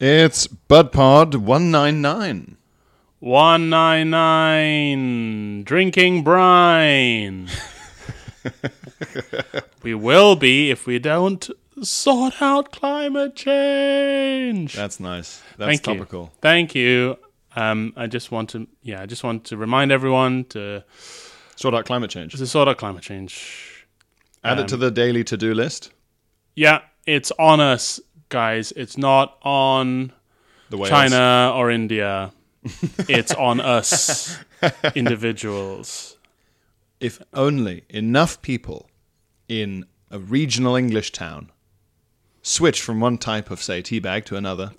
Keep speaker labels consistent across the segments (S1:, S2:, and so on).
S1: It's BudPod 199.
S2: 199 drinking brine. we will be if we don't sort out climate change.
S1: That's nice. That's
S2: Thank You.
S1: topical.
S2: Thank you. Um, I just want to yeah, I just want to remind everyone to
S1: Sort out climate change.
S2: to sort out climate change.
S1: Add
S2: Um,
S1: it to the daily to do list.
S2: Yeah, it's on us, guys. It's not on
S1: The whales.
S2: China or India. it's on us individuals.
S1: If only enough people in a regional English town switch from one type of, say, tea bag to another,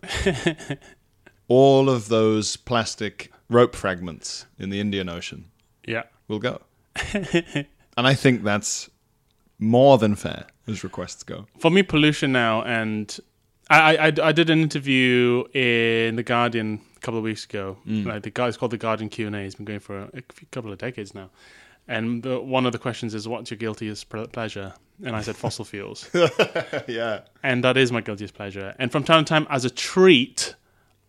S1: all of those plastic rope fragments in the Indian Ocean
S2: Yeah.
S1: will go. and I think that's more than fair as requests go.
S2: for me, pollution now, and I, I, I did an interview in the Guardian a couple of weeks ago. Like the guy, it's called the Guardian Q and A. He's been going for a, few- couple of decades now, and the, one of the questions is, "What's your guiltiest pre- pleasure?" And I said fossil fuels,
S1: Yeah.
S2: and that is my guiltiest pleasure. And from time to time, as a treat,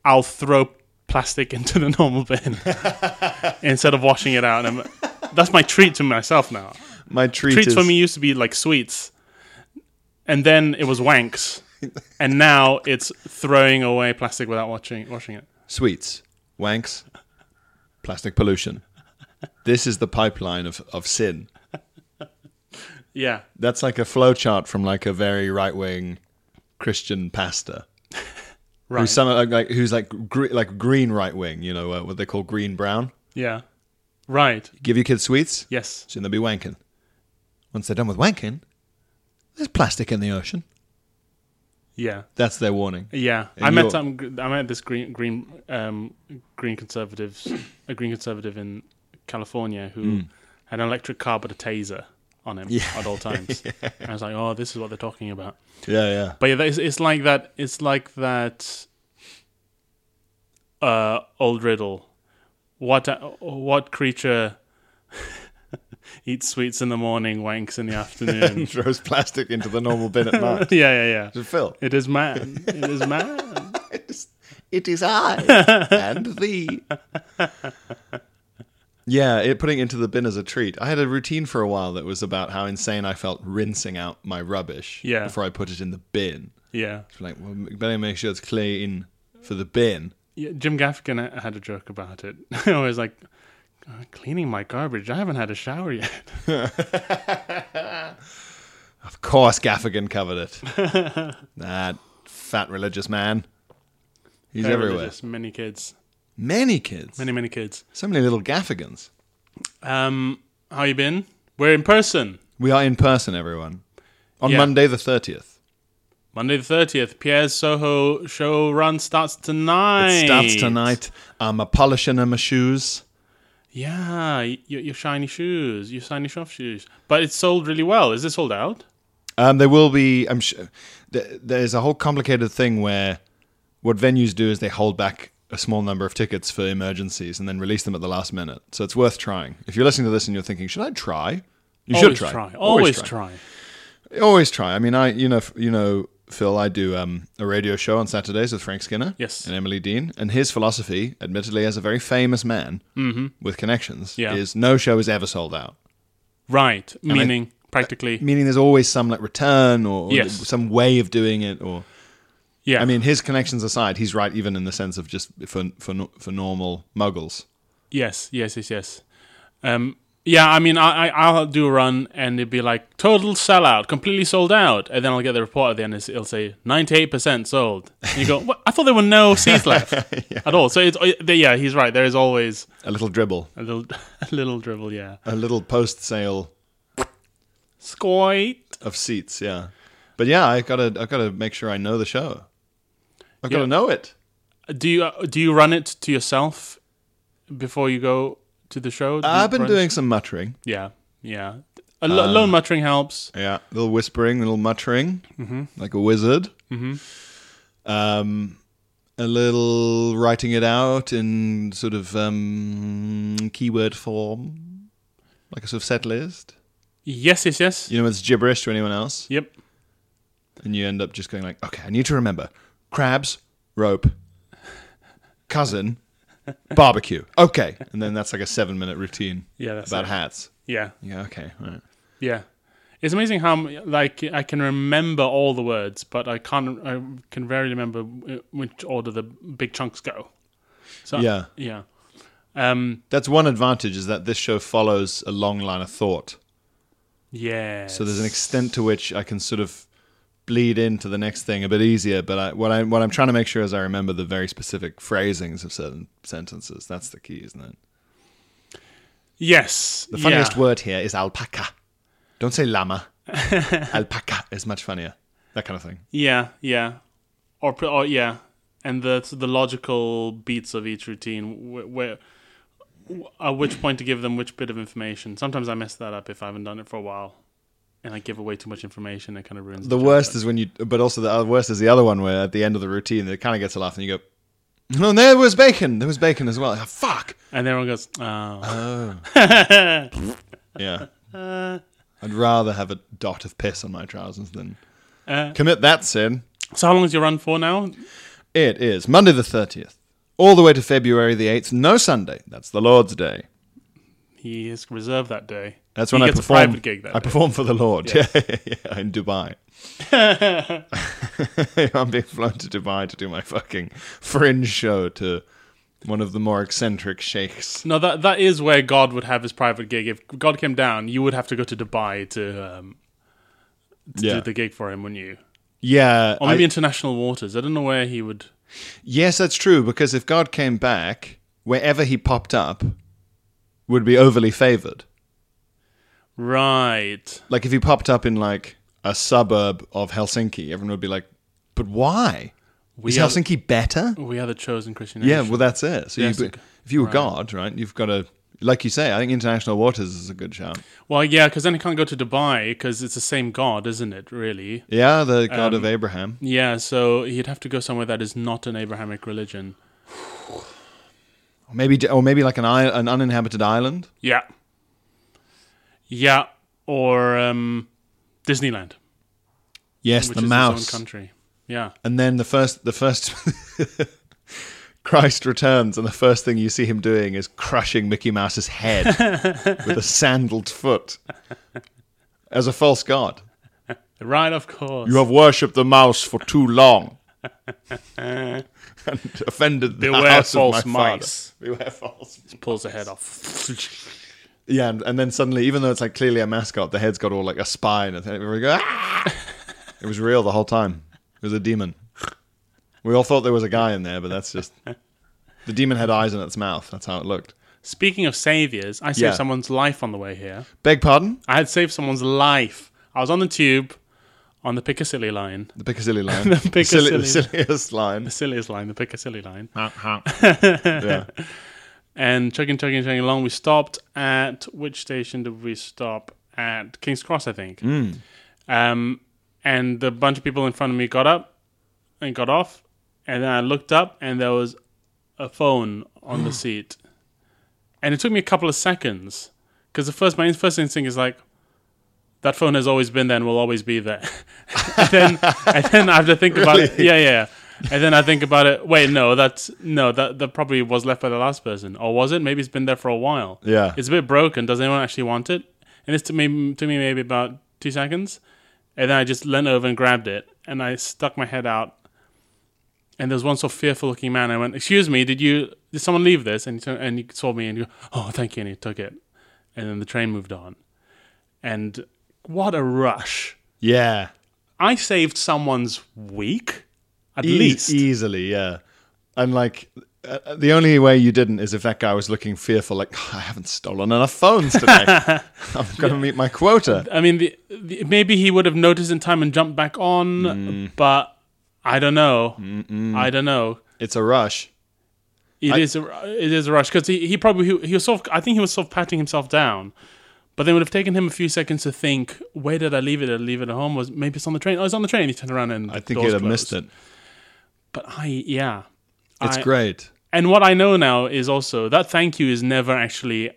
S2: I'll throw plastic into the normal bin instead of washing it out. And I'm, that's my treat to myself now
S1: My treat
S2: treats
S1: is
S2: for me used to be like sweets, and then it was wanks, and now it's throwing away plastic without watching washing it.
S1: sweets, wanks, plastic pollution. This is the pipeline of, of sin.
S2: Yeah,
S1: That's like a flowchart from like a very right wing Christian pastor.
S2: right.
S1: Who's some like, like who's like gre- like green right wing, you know uh, what they call green brown.
S2: yeah, right.
S1: Give your kids sweets,
S2: Yes,
S1: soon they'll be wanking. Once they're done with wanking, there's plastic in the ocean.
S2: yeah,
S1: That's their warning.
S2: yeah.
S1: And
S2: I
S1: you're-
S2: met some. gr- I met this green green um, green conservatives, a green conservative in California who
S1: Hmm.
S2: had an electric car but a taser on him at all times. And I was like, oh, this is what they're talking about.
S1: Yeah, yeah.
S2: But yeah, that is- it's like that. It's like that uh, old riddle. What uh, what creature eats sweets in the morning, wanks in the afternoon?
S1: Throws plastic into the normal bin at
S2: yeah,
S1: night.
S2: yeah, yeah.
S1: Phil.
S2: It is man. It is man.
S1: It is I and thee. Yeah, it, putting it into the bin as a treat. I had a routine for a while that was about how insane I felt rinsing out my rubbish
S2: Yeah.
S1: before I put it in the bin.
S2: Yeah.
S1: It's like, well, better make sure it's clean for the bin.
S2: yeah. Jim Gaffigan had a joke about it. I was like, cleaning my garbage. I haven't had a shower yet.
S1: Of course, Gaffigan covered it. that fat religious man. He's
S2: Very
S1: everywhere.
S2: religious, Many kids.
S1: Many kids.
S2: Many many kids.
S1: So many little Gaffigans.
S2: Um, how you been? We're in person.
S1: We are in person, everyone. On
S2: Yeah.
S1: Monday the 30th.
S2: Monday the thirtieth, Pierre's Soho show run starts tonight.
S1: It starts tonight. I'm a polishing of my shoes.
S2: Yeah, y- your, your shiny shoes, your shiny shop shoes. But it's sold really well. Is it sold out?
S1: Um, there will be. I'm sure there's a whole complicated thing where what venues do is they hold back a small number of tickets for emergencies and then release them at the last minute. So it's worth trying. If you're listening to this and you're thinking, should I try? You should
S2: Always
S1: try.
S2: try. Always, try.
S1: Always try. I mean, I you know f- you know Phil, I do um, a radio show on Saturdays with Frank Skinner,
S2: Yes.
S1: and Emily Dean, and his philosophy, admittedly as a very famous man with connections,
S2: Mm-hmm. Yeah.
S1: is no show is ever sold out.
S2: Right. Meaning practically.
S1: meaning there's always some like return or, or
S2: Yes.
S1: some way of doing it or
S2: yeah.
S1: i mean his connections aside he's right even in the sense of just for for no- for normal muggles
S2: Yes, yes, yes, yes. Um, yeah, I mean, I, I I'll do a run and it'd be like total sellout, completely sold out, and then I'll get the report at the end. it's- It'll say ninety eight percent sold. And you go, what? I thought there were no seats left at all. So it's uh, yeah, he's right. There is always
S1: a little dribble
S2: a little a little dribble. Yeah,
S1: a little post sale
S2: squite.
S1: of seats yeah But yeah, I gotta I gotta make sure I know the show. I gotta
S2: Yeah.
S1: know it.
S2: Do you uh, do you run it to yourself before you go to the show? Do you
S1: I've been
S2: run-
S1: doing Uh. some muttering.
S2: Yeah, yeah. A lo- lone muttering helps.
S1: Yeah, little whispering, little muttering, mm-hmm. like a wizard. Mm-hmm. Um, a little writing it out in sort of um, keyword form, like a sort of set list.
S2: Yes, yes, yes.
S1: You know, it's gibberish to anyone else,
S2: Yep.
S1: and you end up just going like, "Okay, I need to remember: crabs, rope, cousin, barbecue." Okay, and then that's like a seven-minute routine.
S2: Yeah, that's
S1: about
S2: it.
S1: hats.
S2: Yeah,
S1: Yeah, okay, all right.
S2: yeah. It's amazing how m- like I can remember all the words, but I can't. I can barely remember w- which order the big chunks go. So
S1: Yeah.
S2: yeah. Um.
S1: That's one advantage is that this show follows a long line of thought.
S2: Yeah.
S1: So there's an extent to which I can sort of bleed into the next thing a bit easier. But I, what I what I'm trying to make sure is I remember the very specific phrasings of certain sentences. That's the key, isn't it?
S2: yes.
S1: The funniest
S2: yeah.
S1: word here is alpaca. Don't say llama. alpaca is much funnier. That kind of thing.
S2: Yeah, yeah, or, pr- or yeah, and the the logical beats of each routine, wh- where wh- at which point to give them which bit of information. Sometimes I mess that up if I haven't done it for a while, and I give away too much information. It kind of ruins
S1: The
S2: joke,
S1: worst
S2: but-
S1: is when you, but also the other worst is the other one where at the end of the routine it kind of gets a laugh and you go, "No, there was bacon. There was bacon as well. Ah, fuck."
S2: and everyone goes, "Oh,
S1: Yeah. Uh, I'd rather have a dot of piss on my trousers than
S2: Uh.
S1: commit that sin.
S2: so how long is your run for now?"
S1: It is Monday the 30th, all the way to February the 8th. No Sunday. That's the Lord's Day.
S2: He is reserved that day.
S1: That's when
S2: he
S1: I
S2: gets
S1: perform.
S2: a private gig that
S1: I
S2: day.
S1: perform for the Lord. Yeah, yeah, in Dubai. I'm being flown to Dubai to do my fucking fringe show to one of the more eccentric sheikhs.
S2: No, that that is where God would have his private gig. If God came down, you would have to go to Dubai to um, to
S1: Yeah,
S2: do the gig for him, wouldn't you?
S1: yeah.
S2: Or maybe
S1: I-
S2: international waters. I don't know where he would.
S1: Yes, that's true. Because if God came back, wherever he popped up, would be overly favored.
S2: Right.
S1: Like if he popped up in like a suburb of Helsinki, everyone would be like, "But why? Is
S2: are-
S1: Helsinki better?"
S2: We are the chosen Christian
S1: Yeah,
S2: nation.
S1: well, that's it. So
S2: Yes,
S1: you,
S2: okay.
S1: if you were God, Mm. right, you've got to, like you say, I think international waters is a good shout.
S2: well, yeah, because then it can't go to Dubai because it's the same God, isn't it? Really?
S1: Yeah, the God of Abraham.
S2: Yeah. So he'd have to go somewhere that is not an Abrahamic religion.
S1: Or maybe, or maybe like an isle, an uninhabited island.
S2: Yeah. Yeah, or um, Disneyland,
S1: Yes,
S2: which
S1: the
S2: is
S1: mouse.
S2: his own country. Yeah.
S1: And then the first, the first, Christ returns, and the first thing you see him doing is crushing Mickey Mouse's head with a sandaled foot as a false god.
S2: Right, of course.
S1: You have worshipped the mouse for too long. and offended the
S2: Beware
S1: house
S2: false
S1: of my father.
S2: mice.
S1: Beware false.
S2: Pulls the head off.
S1: Yeah, and, and then suddenly, even though it's like clearly a mascot, the head's got all like a spine, and everybody go. "Ah!" It was real the whole time. It was a demon. We all thought there was a guy in there, but that's just the demon had eyes in its mouth. That's how it looked.
S2: Speaking of saviors, I saved
S1: Yeah.
S2: someone's life on the way here.
S1: Beg pardon,
S2: I had saved someone's life. I was on the tube on the Piccadilly line.
S1: the Piccadilly line, the, silly- the
S2: Piccadilly.
S1: silliest line.
S2: the silliest line, the Piccadilly line.
S1: Yeah.
S2: And chugging, chugging, chugging along, we stopped at which station did we stop at? King's Cross, I think. Um, and the bunch of people in front of me got up and got off, and then I looked up and there was a phone on the seat, and it took me a couple of seconds because the first my first instinct is like. That phone has always been there and will always be there. and, then, and then I have to think about it. Yeah, yeah. And then I think about it. Wait, no, that's no, that that probably was left by the last person, or was it? Maybe it's been there for a while.
S1: Yeah.
S2: it's a bit broken. Does anyone actually want it? And this took me took me maybe about two seconds, and then I just leant over and grabbed it, and I stuck my head out. And there was one so fearful looking man. I went, "Excuse me, did you did someone leave this?" And he turned, and he saw me and he go, "Oh, thank you," and he took it. And then the train moved on. And what a rush!
S1: yeah.
S2: I saved someoat someone's week, at
S1: Eas-
S2: least.
S1: easily, yeah. E-, And like uh, the only way you didn't is if that guy was looking fearful, like I haven't stolen enough phones today. I'm going to meet my quota.
S2: I mean, the, the, maybe he would have noticed in time and jumped back on, but I don't know. I don't know.
S1: It's a rush.
S2: It is a, it is a rush because he, he probably he, he was sort of I think he was sort of patting himself down, but then it would have taken him a few seconds to think where did I leave it? Did I leave it at home? Was maybe it's on the train? Oh, it's on the train. He turned around and
S1: I think
S2: doors
S1: he'd have
S2: closed.
S1: missed it.
S2: But I yeah,
S1: It's
S2: I-
S1: great.
S2: And what I know now is also that thank you is never actually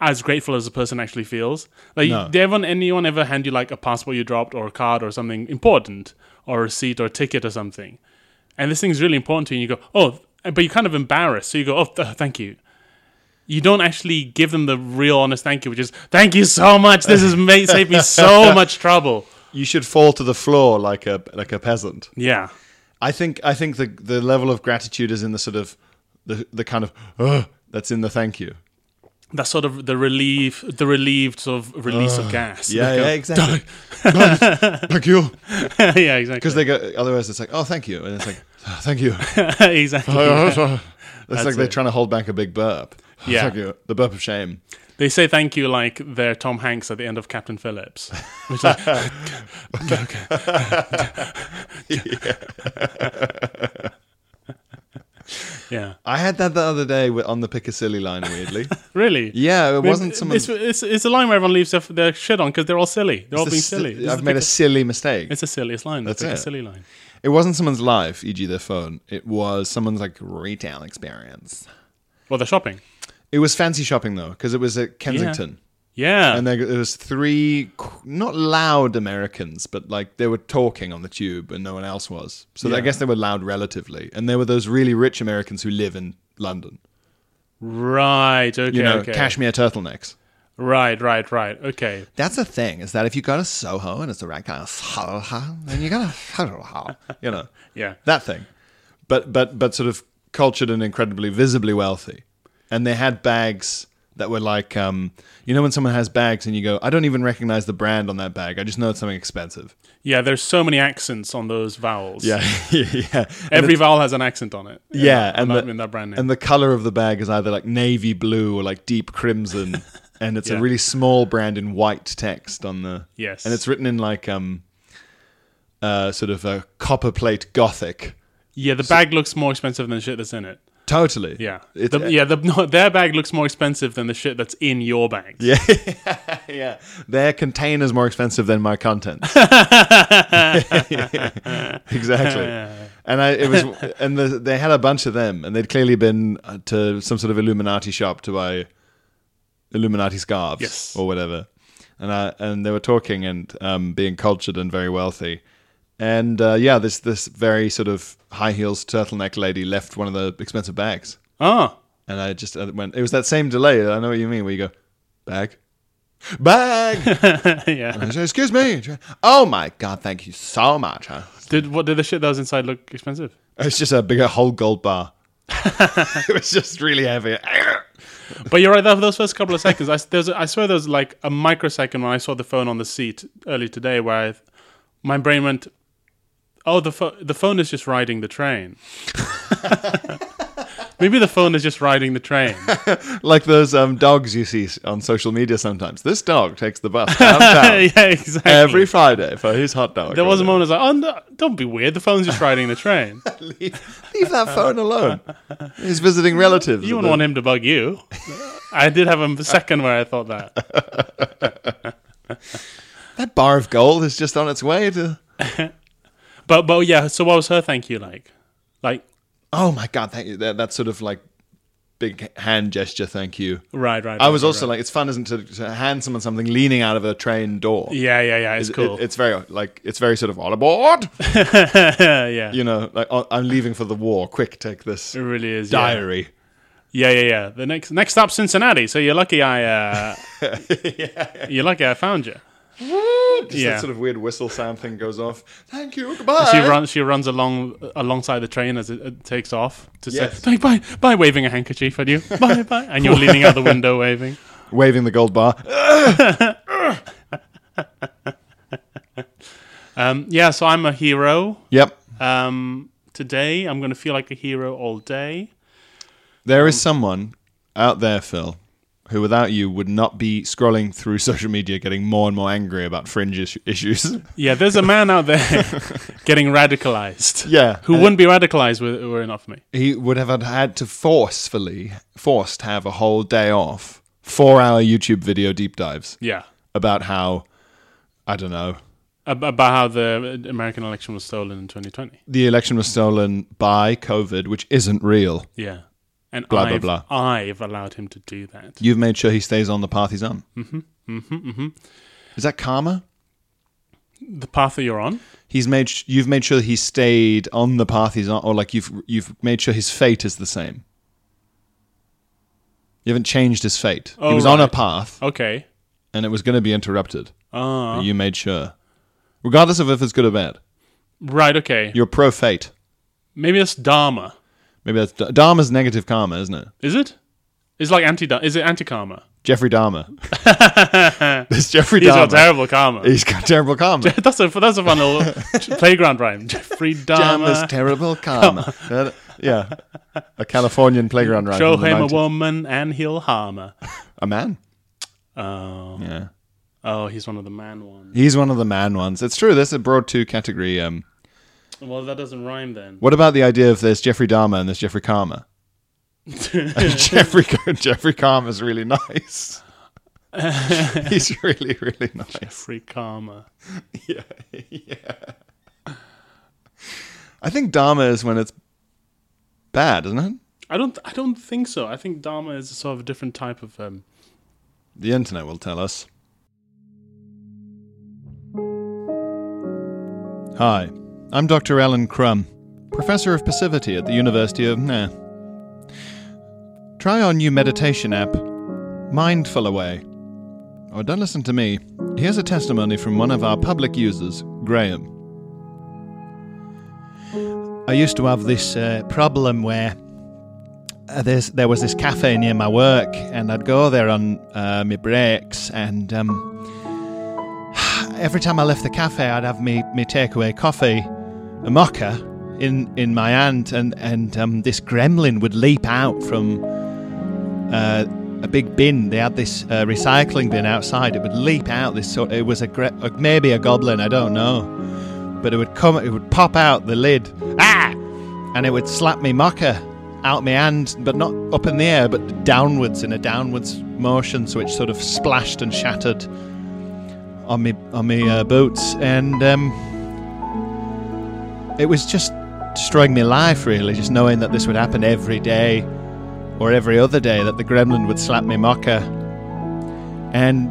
S2: as grateful as the person actually feels. Like,
S1: No.
S2: did everyone, anyone ever hand you like a passport you dropped or a card or something important or a receipt or a ticket or something? And this thing's really important to you, and you go, oh, but you're kind of embarrassed. So you go, oh, th- thank you. You don't actually give them the real honest thank you, which is, thank you so much. This has made, saved me so much trouble.
S1: You should fall to the floor like a like a peasant.
S2: Yeah.
S1: I think I think the the level of gratitude is in the sort of the the kind of "Ugh," that's in the thank you.
S2: That's sort of the relief, the relieved sort of release of gas.
S1: Yeah,
S2: They go,
S1: yeah, exactly. thank you.
S2: yeah, exactly.
S1: Because they go. Otherwise, it's like, oh, thank you, and it's like, "Oh, thank you.
S2: exactly.
S1: it's like they're
S2: it.
S1: trying to hold back a big burp.
S2: Yeah.
S1: Thank you. The burp of shame.
S2: They say thank you like they're Tom Hanks at the end of Captain Phillips. Which like, yeah.
S1: I had that the other day wi- on the Piccadilly line. Weirdly,
S2: Really?
S1: yeah, it wasn't someone.
S2: It's, it's, it's a line where everyone leaves their, their shit on because they're all silly. They're all being
S1: This-
S2: silly. This is
S1: I've
S2: the
S1: made a
S2: pick-
S1: silly mistake.
S2: It's the silliest line.
S1: That's
S2: That's a
S1: it.
S2: silly line.
S1: It wasn't someone's life, e.g., their phone. It was someone's like retail experience.
S2: Well, they're shopping.
S1: It was fancy shopping though, because it was at Kensington.
S2: Yeah.
S1: and there, there was three qu- not loud Americans, but like they were talking on the tube, and no one else was. So I
S2: Yeah.
S1: guess they were loud relatively, and they were those really rich Americans who live in London.
S2: right. Okay.
S1: You know,
S2: okay.
S1: cashmere turtlenecks.
S2: Right, right, right. Okay.
S1: That's the thing is that if you go to Soho and it's the right kind of Soho, then you got to you know,
S2: Yeah.
S1: that thing. But but but sort of cultured and incredibly visibly wealthy, and they had bags that were like, um, you know, when someone has bags and you go, I don't even recognize the brand on that bag. I just know it's something expensive.
S2: Yeah, there's so many accents on those vowels.
S1: Yeah, yeah. And
S2: Every vowel has an accent on it.
S1: the- yeah, and
S2: and that,
S1: the,
S2: in that brand name.
S1: and the color of the bag is either like navy blue or like deep crimson, and it's a
S2: Yeah.
S1: really small brand in white text on the
S2: Yes.
S1: and it's written in like um, uh, sort of a copper plate gothic.
S2: Yeah, the bag looks more expensive than the shit that's in it.
S1: Totally.
S2: Yeah,
S1: It's,
S2: the, yeah. The, no, their bag looks more expensive than the shit that's in your bag. Yeah,
S1: yeah. Their container's more expensive than my content. exactly. And I, it was, and the, they had a bunch of them, and they'd clearly been uh, to some sort of Illuminati shop to buy Illuminati scarves
S2: Yes.
S1: or whatever. And I, and they were talking and um, being cultured and very wealthy. And uh, yeah, this this very sort of high heels turtleneck lady left one of the expensive bags,
S2: oh,
S1: and I just uh, went. It was that same delay. I know what you mean. Where you go, bag, bag.
S2: yeah.
S1: I said, Excuse me. She went, Oh my God, thank you so much. huh?"
S2: Did what did the shit that was inside look expensive?
S1: It's just a big a whole gold bar. it was just really heavy.
S2: But you're right. That, those first couple of seconds, I, s- there's, a- I swear, there was like a microsecond when I saw the phone on the seat earlier today, where I, my brain went, "Oh, the pho- the phone is just riding the train." Maybe the phone is just riding the train.
S1: Like those um, dogs you see s- on social media sometimes. This dog takes the bus downtown
S2: yeah, exactly.
S1: every Friday for his hot dog.
S2: there was a
S1: or whatever.
S2: moment I was like, "Oh, no, don't be weird. The phone's just riding the train."
S1: Leave, leave that phone alone. He's visiting relatives.
S2: You
S1: at
S2: wouldn't
S1: the-
S2: want him to bug you. I did have a second where I thought that.
S1: That bar of gold is just on its way to.
S2: But but yeah, so what was her thank you like? Like
S1: Oh my God, thank you. That, that sort of like big hand gesture, thank you.
S2: right, right.
S1: I was
S2: right,
S1: also
S2: right.
S1: like, it's fun, isn't it, to, to hand someone something leaning out of a train door.
S2: Yeah, yeah, yeah, it's
S1: It-
S2: cool.
S1: it- it's very like it's very sort of all aboard.
S2: yeah, yeah.
S1: you know, like oh, I'm leaving for the war. Quick, take this
S2: it really is. yeah.
S1: diary.
S2: Yeah, yeah, yeah. The next next stop Cincinnati. So you're lucky I uh You're lucky I found you.
S1: Just
S2: Yeah.
S1: that sort of weird whistle sound thing goes off. Thank you. Goodbye.
S2: She runs she runs along alongside the train as it, it takes off to
S1: Yes.
S2: say bye bye bye waving a handkerchief at you. Bye bye and you're leaning out the window waving.
S1: Waving the gold bar.
S2: Uh, Um yeah, so I'm a hero.
S1: Yep.
S2: uh, Um, today I'm going to feel like a hero all day.
S1: There
S2: um,
S1: is someone out there, Phil, who without you would not be scrolling through social media getting more and more angry about fringe is- issues.
S2: Yeah, there's a man out there getting radicalized.
S1: Yeah.
S2: Who
S1: Uh,
S2: wouldn't be radicalized with, were it not for me.
S1: he would have had, had to forcefully, forced have a whole day off, four hour YouTube video deep dives
S2: Yeah.
S1: about how, I don't know,
S2: Ab- About how the American election was stolen in 2020.
S1: the election was stolen by COVID, which isn't real.
S2: Yeah. And
S1: Blah, blah,
S2: I've,
S1: blah.
S2: I've allowed him to do that.
S1: You've made sure he stays on the path he's on. Mm-hmm. Mm-hmm. Mm-hmm. Is that karma?
S2: The path that you're on.
S1: He's made sh- you've made sure he stayed on the path he's on, or like you've you've made sure his fate is the same. You haven't changed his fate. he
S2: Oh,
S1: was on a
S2: right.
S1: path,
S2: Okay.
S1: and it was going to be interrupted.
S2: Ah.
S1: But you made sure, regardless of if it's good or bad.
S2: Right, okay.
S1: You're pro fate.
S2: Maybe that's Dharma.
S1: Maybe that's D- Dharma's negative karma, isn't it?
S2: Is it? It's like anti Is it anti karma?
S1: Jeffrey Dharma. There's Jeffrey
S2: He's
S1: Dharma.
S2: got terrible karma.
S1: He's got terrible karma.
S2: that's a that's a fun little playground rhyme. Jeffrey Dahmer.
S1: Dharma's terrible karma. Uh, yeah, a Californian playground ride.
S2: Show
S1: from the
S2: him a
S1: 90s.
S2: woman and he'll harm her.
S1: A man.
S2: Oh,
S1: Yeah.
S2: oh, he's one of the man ones.
S1: He's one of the man ones. It's true. That's a broad two category. Um,
S2: Well, that doesn't rhyme then.
S1: what about the idea of there's Jeffrey Dahmer and there's Jeffrey Karma? Jeffrey Jeffrey Karma's really nice. He's really really nice.
S2: Jeffrey Karma.
S1: I think Dharma is when it's bad, isn't it?
S2: I don't. I don't think so. I think Dharma is sort of a different type of. Um,
S1: The internet will tell us. Hi, I'm Dr. Alan Crum, Professor of Passivity at the University of. Nah. Try our new meditation app, Mindful Away. Or don't listen to me. Here's a testimony from one of our public users, Graham. I used to have this uh, problem where uh, there's, there was this cafe near my work, and I'd go there on uh, my breaks. And um, every time I left the cafe, I'd have me, me takeaway coffee, a mocha, in, in my hand, and, and um, this gremlin would leap out from uh, a big bin. They had this uh, recycling bin outside. It would leap out. This sort. It was a gre- uh, maybe a goblin. I don't know, but it would come. It would pop out the lid. Ah! and it would slap me mocker out my hand, but not up in the air, but downwards in a downwards motion, so it sort of splashed and shattered on me on me uh, boots, and um, it was just destroying my life really, just knowing that this would happen every day or every other day that the gremlin would slap me mocker, and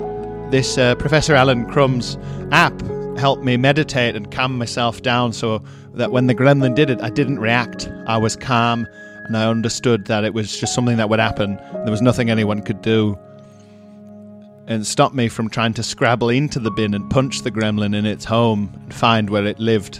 S1: this uh, Professor Alan Crumb's app helped me meditate and calm myself down so that when the gremlin did it, I didn't react. I was calm and I understood that it was just something that would happen. There was nothing anyone could do. And stopped me from trying to scrabble into the bin and punch the gremlin in its home and find where it lived.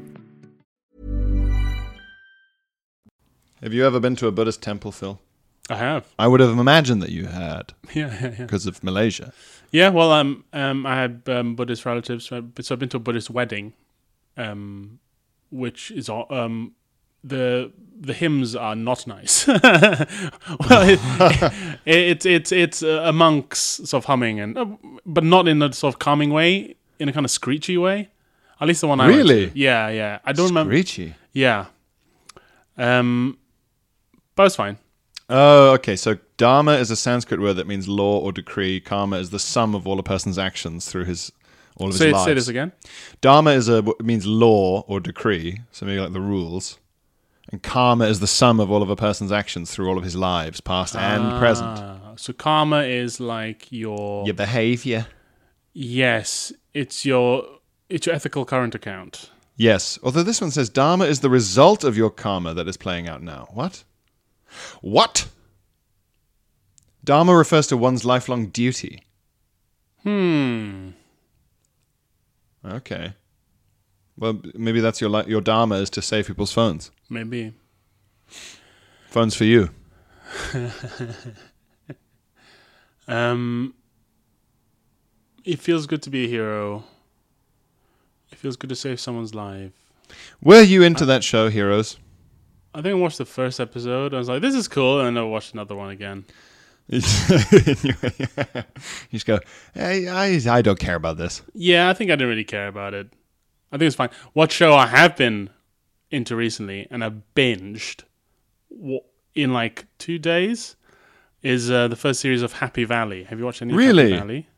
S1: Have you ever been to a Buddhist temple, Phil?
S2: I have.
S1: I would have imagined that you had
S2: Yeah, yeah, yeah.
S1: because of Malaysia.
S2: Yeah. Well, um, um, I had um, Buddhist relatives, so I've so I've been to a Buddhist wedding, um, which is all- um, the the hymns are not nice. well, it, it, it's it's it's uh, a monk's sort of humming and, uh, but not in a sort of calming way, in a kind of screechy way. At least the one I went
S1: Really?
S2: to. yeah yeah I don't remember
S1: Screechy.
S2: yeah, um, but it's fine.
S1: Oh, okay. So dharma is a Sanskrit word that means law or decree. Karma is the sum of all a person's actions through his all of
S2: Say
S1: his lives.
S2: say this again.
S1: Dharma is a means law or decree, so maybe like the rules. And karma is the sum of all of a person's actions through all of his lives, past and present.
S2: Uh, so karma is like your
S1: Your behavior.
S2: yes, it's your it's your ethical current account.
S1: Yes. Although this one says dharma is the result of your karma that is playing out now. What? What? Dharma refers to one's lifelong duty.
S2: Hmm.
S1: Okay. Well, maybe that's your li- your dharma is to save people's phones.
S2: Maybe.
S1: Phones for you.
S2: Um, it feels good to be a hero. It feels good to save someone's life.
S1: Were you into that show, Heroes?
S2: I think I watched the first episode. I was like, "This is cool," and then I watched another one again.
S1: you just go, hey, I, I don't care about this.
S2: Yeah, I think I didn't really care about it. I think it's fine. What show I have been into recently and I binged wa- in like two days is uh, the first series of Happy Valley. Have you watched any of
S1: Really?
S2: Happy Valley?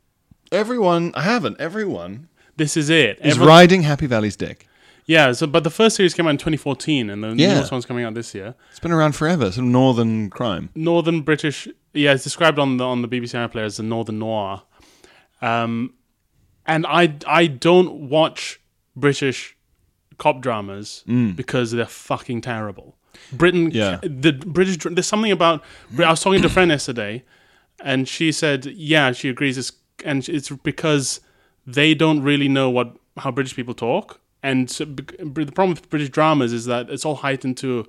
S1: Everyone, I haven't, everyone
S2: This is it.
S1: is
S2: Every-
S1: riding Happy Valley's dick.
S2: Yeah, so but the first series came out in 2014 and the
S1: Yeah.
S2: newest one's coming out this year.
S1: It's been around forever, some northern crime.
S2: Northern British. Yeah, it's described on the on the BBC iPlayer as the Northern Noir. Um, and I I don't watch British cop dramas because they're fucking terrible. Britain,
S1: Yeah.
S2: the British. dr- There's something about. I was talking to a friend yesterday, and she said, yeah, she agrees. It's and it's because they don't really know what how British people talk. And so, bec- the problem with British dramas is that it's all heightened to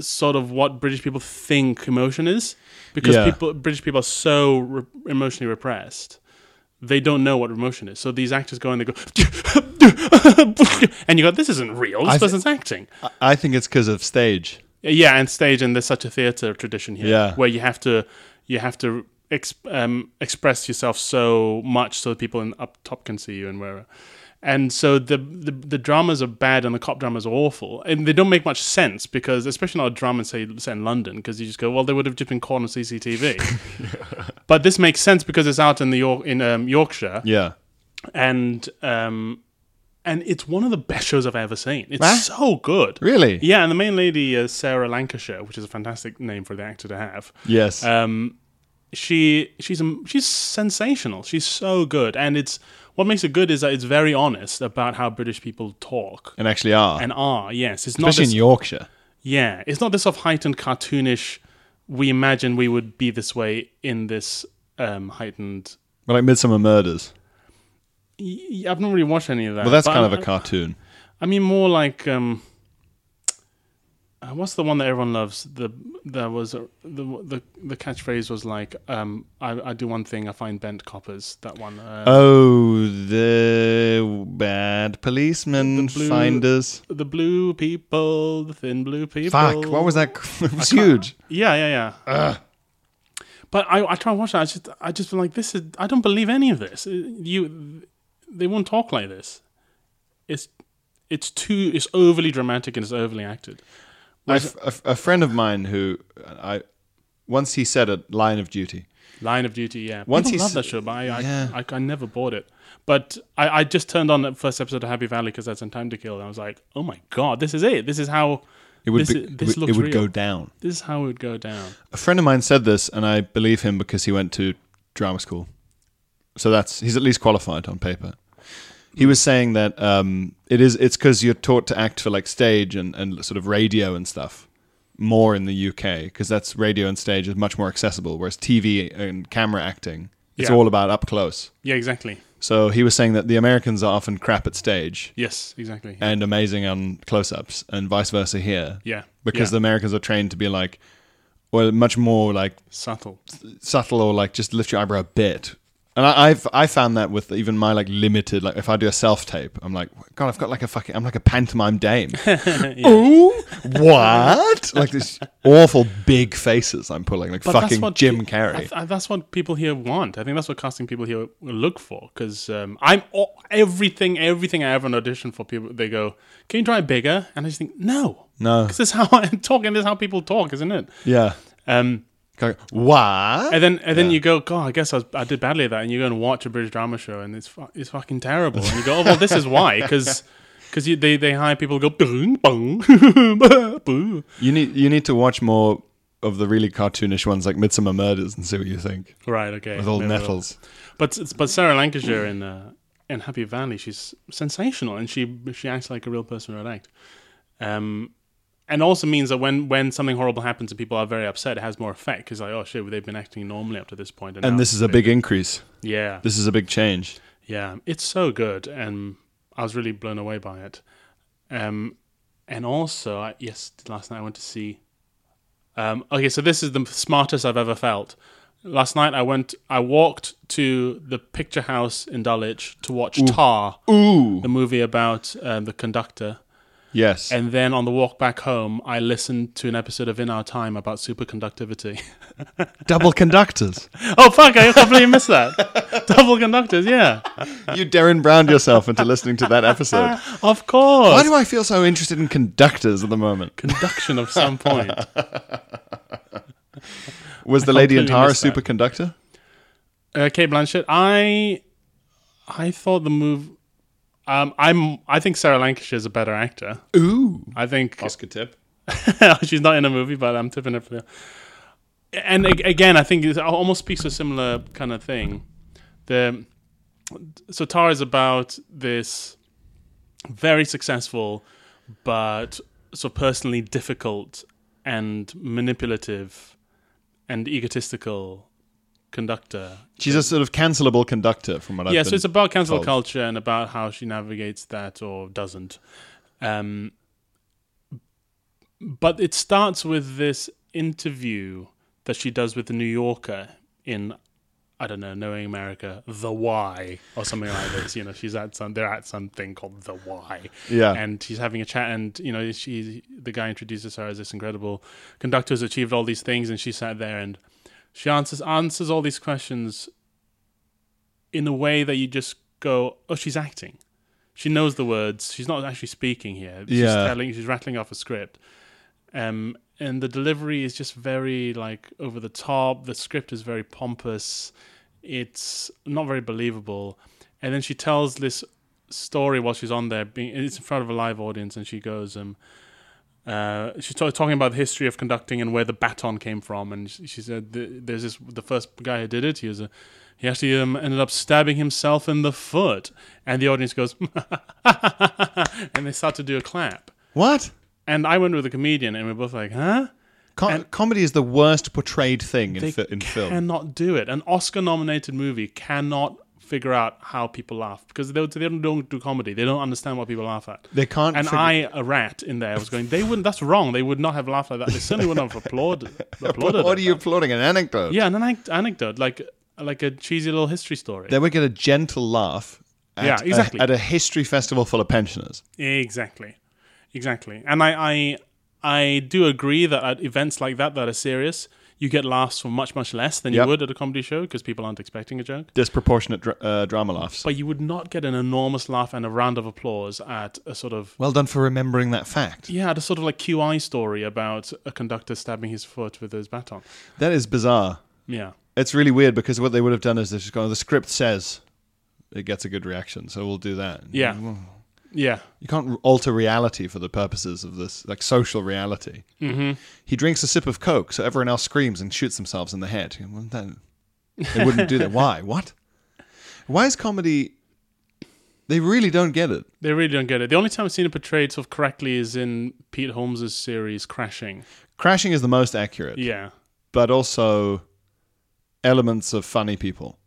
S2: sort of what British people think emotion is, because
S1: Yeah.
S2: people British people are so re- emotionally repressed. They don't know what emotion is, so these actors go and they go, and you go, "This isn't real. This
S1: I thi-
S2: person's acting."
S1: I- I think it's because of stage.
S2: Yeah, and stage, and there's such a theater tradition here,
S1: Yeah.
S2: where you have to you have to exp- um, express yourself so much so that people in up top can see you and where. And so the, the the dramas are bad and the cop dramas are awful, and they don't make much sense because especially not a drama say set in London because you just go well they would have just been caught on CCTV, but this makes sense because it's out in the York in um, Yorkshire
S1: Yeah.
S2: and um and it's one of the best shows I've ever seen. It's
S1: Huh?
S2: so good.
S1: Really?
S2: Yeah, and the main lady is Sarah Lancashire, which is a fantastic name for the actor to have.
S1: Yes.
S2: Um, she she's um, she's sensational. She's so good, and it's what makes it good is that it's very honest about how British people talk
S1: and actually are.
S2: and are. Yes, it's not
S1: Especially
S2: this-
S1: in Yorkshire.
S2: yeah, it's not this sort of heightened cartoonish. We imagine we would be this way in this um, heightened.
S1: Well, like Midsummer Murders.
S2: Y- I've not really watched any of that.
S1: Well, that's
S2: Uh, but
S1: kind
S2: I'm-
S1: of a cartoon.
S2: I mean, more like um, uh, what's the one that everyone loves? The there was a, the the the catchphrase was like, um, I, I do one thing, I find bent coppers. That one. Uh,
S1: Oh, the bad policeman
S2: The blue-
S1: finders.
S2: the blue people, the thin blue people.
S1: Fuck, what was that? it was huge.
S2: Yeah, yeah, yeah. But I, I try and watch that. I just, I just feel like this is. I don't believe any of this. Uh, You, they won't talk like this. It's, it's too. It's overly dramatic and it's overly acted.
S1: A f- a f- a friend of mine who uh, I once he said a line of duty.
S2: Line of Duty, yeah.
S1: Once
S2: People
S1: he's-
S2: love that show, but I, I,
S1: Yeah.
S2: I, I never bought it. But I, I just turned on the first episode of Happy Valley because I had some time to kill, and I was like, oh my god, this is it. This is how
S1: It would
S2: this,
S1: be,
S2: is-
S1: it
S2: this
S1: would,
S2: looks
S1: it would
S2: real.
S1: go down.
S2: This is how it would go down.
S1: A friend of mine said this, and I believe him because he went to drama school. So that's he's at least qualified on paper. He was saying that um, it is it's because you're taught to act for like stage and, and sort of radio and stuff more in the UK because that's radio and stage is much more accessible, whereas TV and camera acting it's
S2: Yeah.
S1: all about up close.
S2: Yeah, exactly.
S1: So he was saying that the Americans are often crap at stage
S2: Yes, exactly.
S1: and amazing on close-ups and vice versa here.
S2: Yeah,
S1: Because the
S2: yeah.
S1: Americans are trained to be like well much more like
S2: Subtle.
S1: subtle or like just lift your eyebrow a bit And I, I've I found that with even my like limited like if I do a self tape, I'm like, God, I've got like a fucking I'm like a pantomime dame. Ooh, what? like this awful big faces I'm pulling, like fucking Jim
S2: pe- I
S1: Carrey.
S2: th- I- that's what people here want. I think that's what casting people here will look for. Because um, I'm all, everything, everything I ever an audition for, people they go, "Can you try bigger?" And I just think, no,
S1: No.
S2: because this is how I'm talking. This is how people talk, isn't it?
S1: yeah.
S2: Um,
S1: Go, what?
S2: and then and then you go, God, I guess I, was, I did badly at that. And you go and watch a British drama show, and it's fu- it's fucking terrible. And you go, oh well, this is why, because. Because they, they hire people who go boom boom boo.
S1: you need you need to watch more of the really cartoonish ones like Midsummer Murders and see what you think
S2: right okay
S1: with old
S2: maybe I will.
S1: nettles.
S2: But s- but Sarah Lancashire in uh, in Happy Valley, she's sensational, and she she acts like a real person who would act. Um, and also means that when when something horrible happens and people are very upset, it has more effect because like oh shit, they've been acting normally up to this point,
S1: And
S2: now
S1: this is a
S2: they-
S1: big increase.
S2: yeah
S1: This is a big change.
S2: yeah. It's so good, and I was really blown away by it. Um, and also I, yes, last night I went to see. Um, okay, so this is the smartest I've ever felt. Last night I went, I walked to the picture house in Dulwich to watch Tar,
S1: Ooh.
S2: the movie about um, the conductor.
S1: Yes.
S2: And then on the walk back home, I listened to an episode of In Our Time about superconductivity.
S1: Double conductors.
S2: oh fuck! I completely missed that. Double conductors, yeah,
S1: you Darren Browned yourself into listening to that episode.
S2: of course.
S1: Why do I feel so interested in conductors at the moment?
S2: Conduction of some point.
S1: Was the
S2: I
S1: lady in
S2: completely
S1: Tara
S2: missed that.
S1: superconductor?
S2: uh, Kate Blanchett. I I thought the move. Um, I'm. I think Sarah Lancashire is a better actor.
S1: Ooh.
S2: I think
S1: Oscar tip.
S2: she's not in a movie, but I'm tipping her for that. And ag- again, I think it almost speaks to a similar kind of thing. The so Tara is about this very successful, but so personally difficult and manipulative and egotistical conductor
S1: She's a sort of cancelable conductor, from what I've
S2: yeah,
S1: been
S2: so it's about cancel
S1: told.
S2: culture and about how she navigates that or doesn't. Um, but it starts with this interview that she does with the New Yorker in, I don't know, knowing America, the Why or something like this. You know, she's at some, they're at something called the Why,
S1: Yeah.
S2: and she's having a chat, and you know, she, the guy introduces her as this incredible conductor who's achieved all these things, and she sat there and she answers answers all these questions in a way that you just go, oh, she's acting. She knows the words. She's not actually speaking here. She's
S1: Yeah.
S2: telling, she's rattling off a script. Um, and the delivery is just very like over the top. The script is very pompous. It's not very believable. And then she tells this story while she's on there. Being, it's in front of a live audience, and she goes, um, uh, she's ta- talking about the history of conducting and where the baton came from, and she, she said th- there's this the first guy who did it. He was a he actually um, ended up stabbing himself in the foot, and the audience goes, and they start to do a clap.
S1: What?
S2: And I went with a comedian, and we we're both like, huh?
S1: Com- comedy is the worst portrayed thing in,
S2: They
S1: fi- in film.
S2: cannot do it. An Oscar-nominated movie cannot figure out how people laugh because they, they don't, don't do comedy. They don't understand what people laugh at.
S1: They can't
S2: And
S1: figure-
S2: I, a rat in there, was going. They wouldn't. That's wrong. They would not have laughed like that. They certainly wouldn't have applauded. applauded
S1: What
S2: at
S1: are you
S2: that.
S1: applauding? An anecdote?
S2: Yeah, an anec- anecdote like like a cheesy little history story.
S1: They would get a gentle laugh. At
S2: Yeah,
S1: a-
S2: exactly.
S1: at a history festival full of pensioners.
S2: Exactly, exactly. And I, I, I do agree that at events like that that are serious, you get laughs for much much less than
S1: Yep.
S2: you would at a comedy show because people aren't expecting a joke.
S1: Disproportionate dra- uh, drama laughs.
S2: But you would not get an enormous laugh and a round of applause at a sort of
S1: well done for remembering that fact.
S2: yeah, at a sort of like QI story about a conductor stabbing his foot with his baton.
S1: That is bizarre.
S2: Yeah.
S1: It's really weird because what they would have done is they've just gone, the script says it gets a good reaction, so we'll do that.
S2: Yeah. Yeah.
S1: You can't alter reality for the purposes of this, like social reality. Mm-hmm. He drinks a sip of Coke, so everyone else screams and shoots themselves in the head. Well, that- they wouldn't do that. Why? What? Why is comedy. They really don't get it.
S2: They really don't get it. The only time I've seen it portrayed sort of correctly is in Pete Holmes' series Crashing.
S1: Crashing is the most accurate,
S2: Yeah.
S1: but also elements of funny people.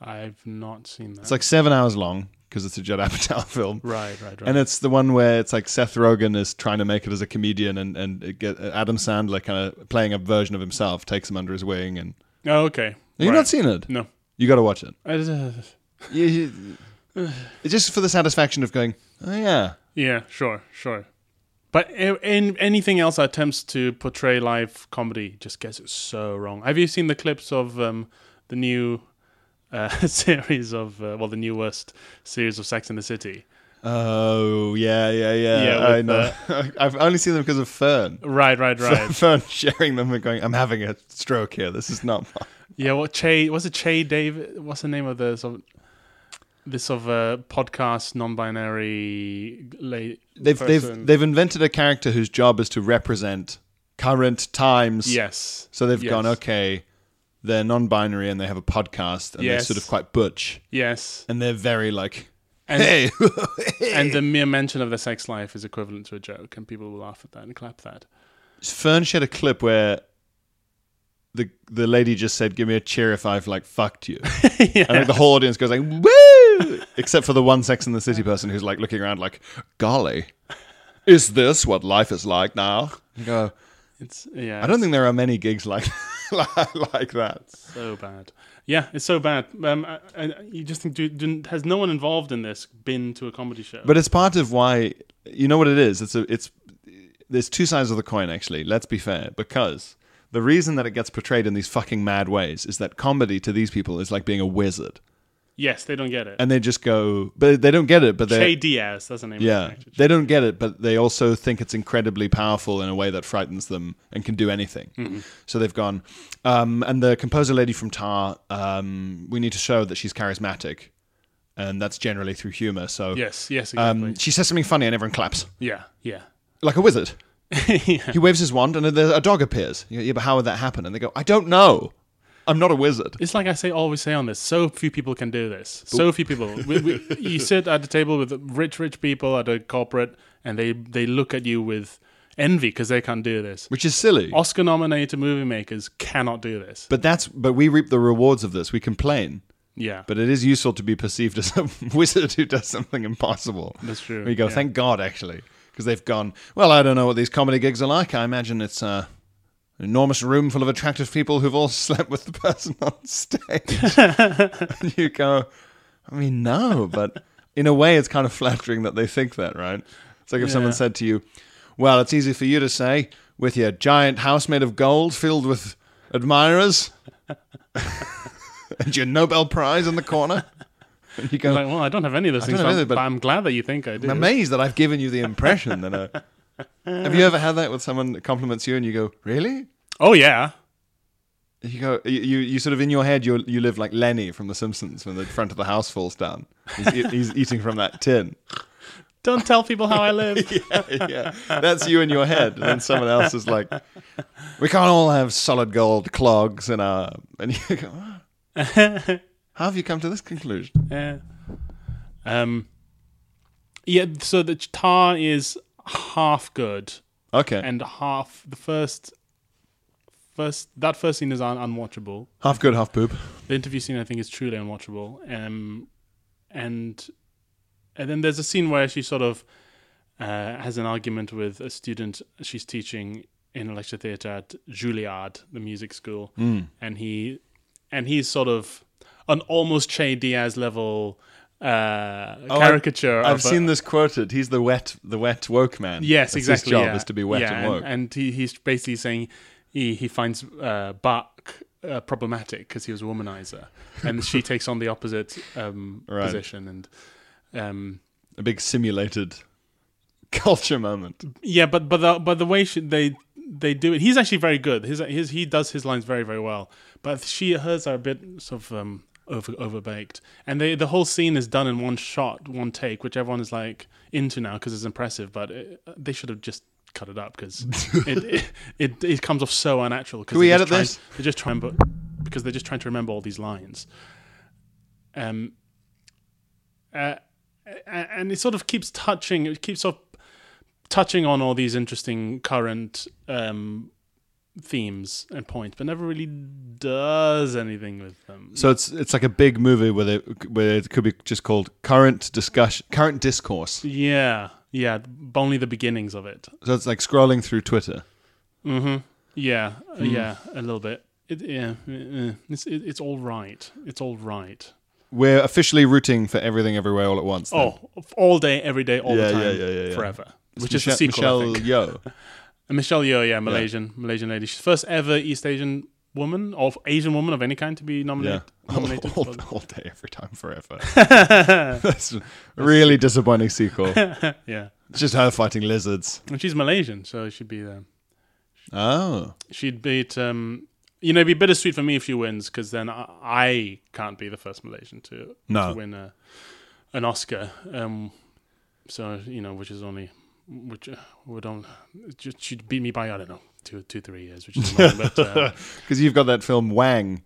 S2: I've not seen that.
S1: It's like seven hours long because it's a Judd Apatow film.
S2: right, right, right.
S1: And it's the one where it's like Seth Rogen is trying to make it as a comedian, and and it get, uh, Adam Sandler kind of playing a version of himself takes him under his wing. And
S2: oh, okay.
S1: you've
S2: Right.
S1: not seen it?
S2: No.
S1: You got to watch it.
S2: yeah,
S1: You- you- It's just for the satisfaction of going, oh yeah,
S2: sure, sure. But a- in anything else that attempts to portray live comedy just gets it so wrong. Have you seen the clips of um, the new uh, series of uh, well, the newest series of Sex in the City?
S1: oh yeah, yeah, yeah.
S2: Yeah,
S1: I
S2: with
S1: know. I've only seen them because of Fern.
S2: Right, right, right.
S1: Fern sharing them and going, I'm having a stroke here. This is not. Mine.
S2: Yeah, what Che? Was it Che David? What's the name of the sort of, this sort of uh, podcast non-binary late?
S1: They've they've they've invented a character whose job is to represent current times.
S2: yes.
S1: So they've
S2: yes,
S1: gone okay. They're non-binary and they have a podcast and
S2: Yes.
S1: they're sort of quite butch
S2: Yes,
S1: and they're very like,
S2: and
S1: hey,
S2: and
S1: Eh.
S2: the mere mention of their sex life is equivalent to a joke, and people will laugh at that and clap that.
S1: Fern shared a clip where the the lady just said, "Give me a cheer if I've like fucked you," and like, the whole audience goes like, "Woo!" Except for the one Sex in the City person who's like looking around like, "Golly, is this what life is like now?" You go,
S2: It's yeah.
S1: I don't think there are many gigs like like that.
S2: it's so bad. Yeah, it's so bad. Um, I, I, you just think, do, do, has no one involved in this been to a comedy show?
S1: But it's part of why you know what it is. It's a it's there's two sides of the coin actually. Let's be fair because. The reason that it gets portrayed in these fucking mad ways is that comedy to these people is like being a wizard.
S2: yes, they don't get it.
S1: and they just go, but they don't get it. But
S2: Che
S1: they,
S2: Diaz, that's the name. of
S1: yeah,
S2: the actor.
S1: they don't get it. But they also think it's incredibly powerful in a way that frightens them and can do anything.
S2: Mm-hmm.
S1: So they've gone, um, and the composer lady from Tar, um, we need to show that she's charismatic, and that's generally through humor. So
S2: Yes, yes, exactly.
S1: um, she says something funny and everyone claps
S2: yeah, yeah.
S1: like a wizard. He waves his wand and a, a dog appears. You go, yeah, but how would that happen? And they go, I don't know. I'm not a wizard.
S2: It's like I say, always say on this. So few people can do this. So few people. We, we, you sit at a table with rich, rich people at a corporate, and they they look at you with envy because they can't do this.
S1: Which is silly.
S2: Oscar-nominated movie makers cannot do this.
S1: But that's but we reap the rewards of this. We complain.
S2: yeah,
S1: But it is useful to be perceived as a wizard who does something impossible.
S2: That's true,
S1: We go,
S2: yeah.
S1: thank God, actually, because they've gone. Well, I don't know what these comedy gigs are like. I imagine it's uh, an enormous room full of attractive people who've all slept with the person on stage. and you go, I mean, no, but in a way, it's kind of flattering that they think that, right? It's like if someone said to you, "Well, it's easy for you to say with your giant house made of gold filled with admirers." and your Nobel Prize in the corner. And you go,
S2: like, well, I don't have any of those things,
S1: don't
S2: but,
S1: have either,
S2: I'm-
S1: but-
S2: but I'm glad that you think I do.
S1: I'm amazed that I've given you the impression that I. Have you ever had that with someone that compliments you and you go, really?
S2: oh yeah,
S1: You go, you, you, you sort of in your head, you you live like Lenny from The Simpsons when the front of the house falls down. He's, e- he's eating from that tin.
S2: don't tell people how I live.
S1: yeah, that's you in your head. And then someone else is like, we can't all have solid gold clogs in our. And you go, "Ah, how have you come to this conclusion?
S2: Yeah. Um. Yeah. So the tar is half good
S1: Okay.
S2: and half the first. First, that first scene is un- unwatchable.
S1: half good, half poop.
S2: the interview scene I think is truly unwatchable. Um, and and then there's a scene where she sort of uh, has an argument with a student she's teaching in a lecture theatre at Juilliard, the music school,
S1: Hmm.
S2: and he and he's sort of an almost Che Diaz level uh,
S1: Oh, I-
S2: caricature.
S1: I've
S2: of a-
S1: seen this quoted. He's the wet, the wet woke man.
S2: Yes,
S1: That's
S2: exactly.
S1: His job
S2: yeah.
S1: is to be wet
S2: Yeah,
S1: and woke.
S2: And, he, he's basically saying he, he finds uh, Bach uh, problematic because he was a womanizer, and she takes on the opposite um,
S1: Right.
S2: position. And um,
S1: a big simulated culture moment.
S2: yeah, but but the, but the way she, they they do it, he's actually very good. His, his he does his lines very very well, but she hers are a bit sort of um, over overbaked, and they the whole scene is done in one shot, one take, which everyone is like into now because it's impressive. But it, they should have just cut it up because it, it, it it comes off so unnatural. Cause
S1: Can we
S2: they're just
S1: edit this?
S2: trying- They're just trying, but because they're just trying to remember all these lines. Um. Uh, a- and it sort of keeps touching. It keeps up touching on all these interesting current um, themes and points, but never really does anything with them.
S1: So it's it's like a big movie where they, where it could be just called current discussion, current discourse.
S2: Yeah, yeah, b- only the beginnings of it.
S1: So it's like scrolling through Twitter. Hmm.
S2: Yeah, uh, yeah, a little bit. It, yeah, eh, eh. it's it, it's all right. It's all right.
S1: We're officially rooting for everything everywhere all at once. then.
S2: Oh, f- all day, every day, all
S1: Yeah, yeah,
S2: the time,
S1: yeah, yeah, yeah.
S2: forever.
S1: It's
S2: which
S1: Michelle-
S2: is the sequel. I
S1: Michelle
S2: think.
S1: Yeoh.
S2: And Michelle Yeoh, yeah, Malaysian, Malaysian lady. She's the first ever East Asian woman or Asian woman of any kind to be
S1: Yeah.
S2: nominate- nominated.
S1: all,
S2: for the-
S1: all day, every time, forever. That's a really disappointing sequel.
S2: yeah,
S1: It's just her fighting lizards.
S2: and she's Malaysian, so she'd be there.
S1: Oh.
S2: She'd beat. Um, you know, it'd be bittersweet for me if she wins because then I, I can't be the first Malaysian to,
S1: No.
S2: to win a, an Oscar. Um, so you know, which is only which uh, would only just, she'd beat me by I don't know two two three years, which is annoying, but uh,
S1: Because you've got that film Wang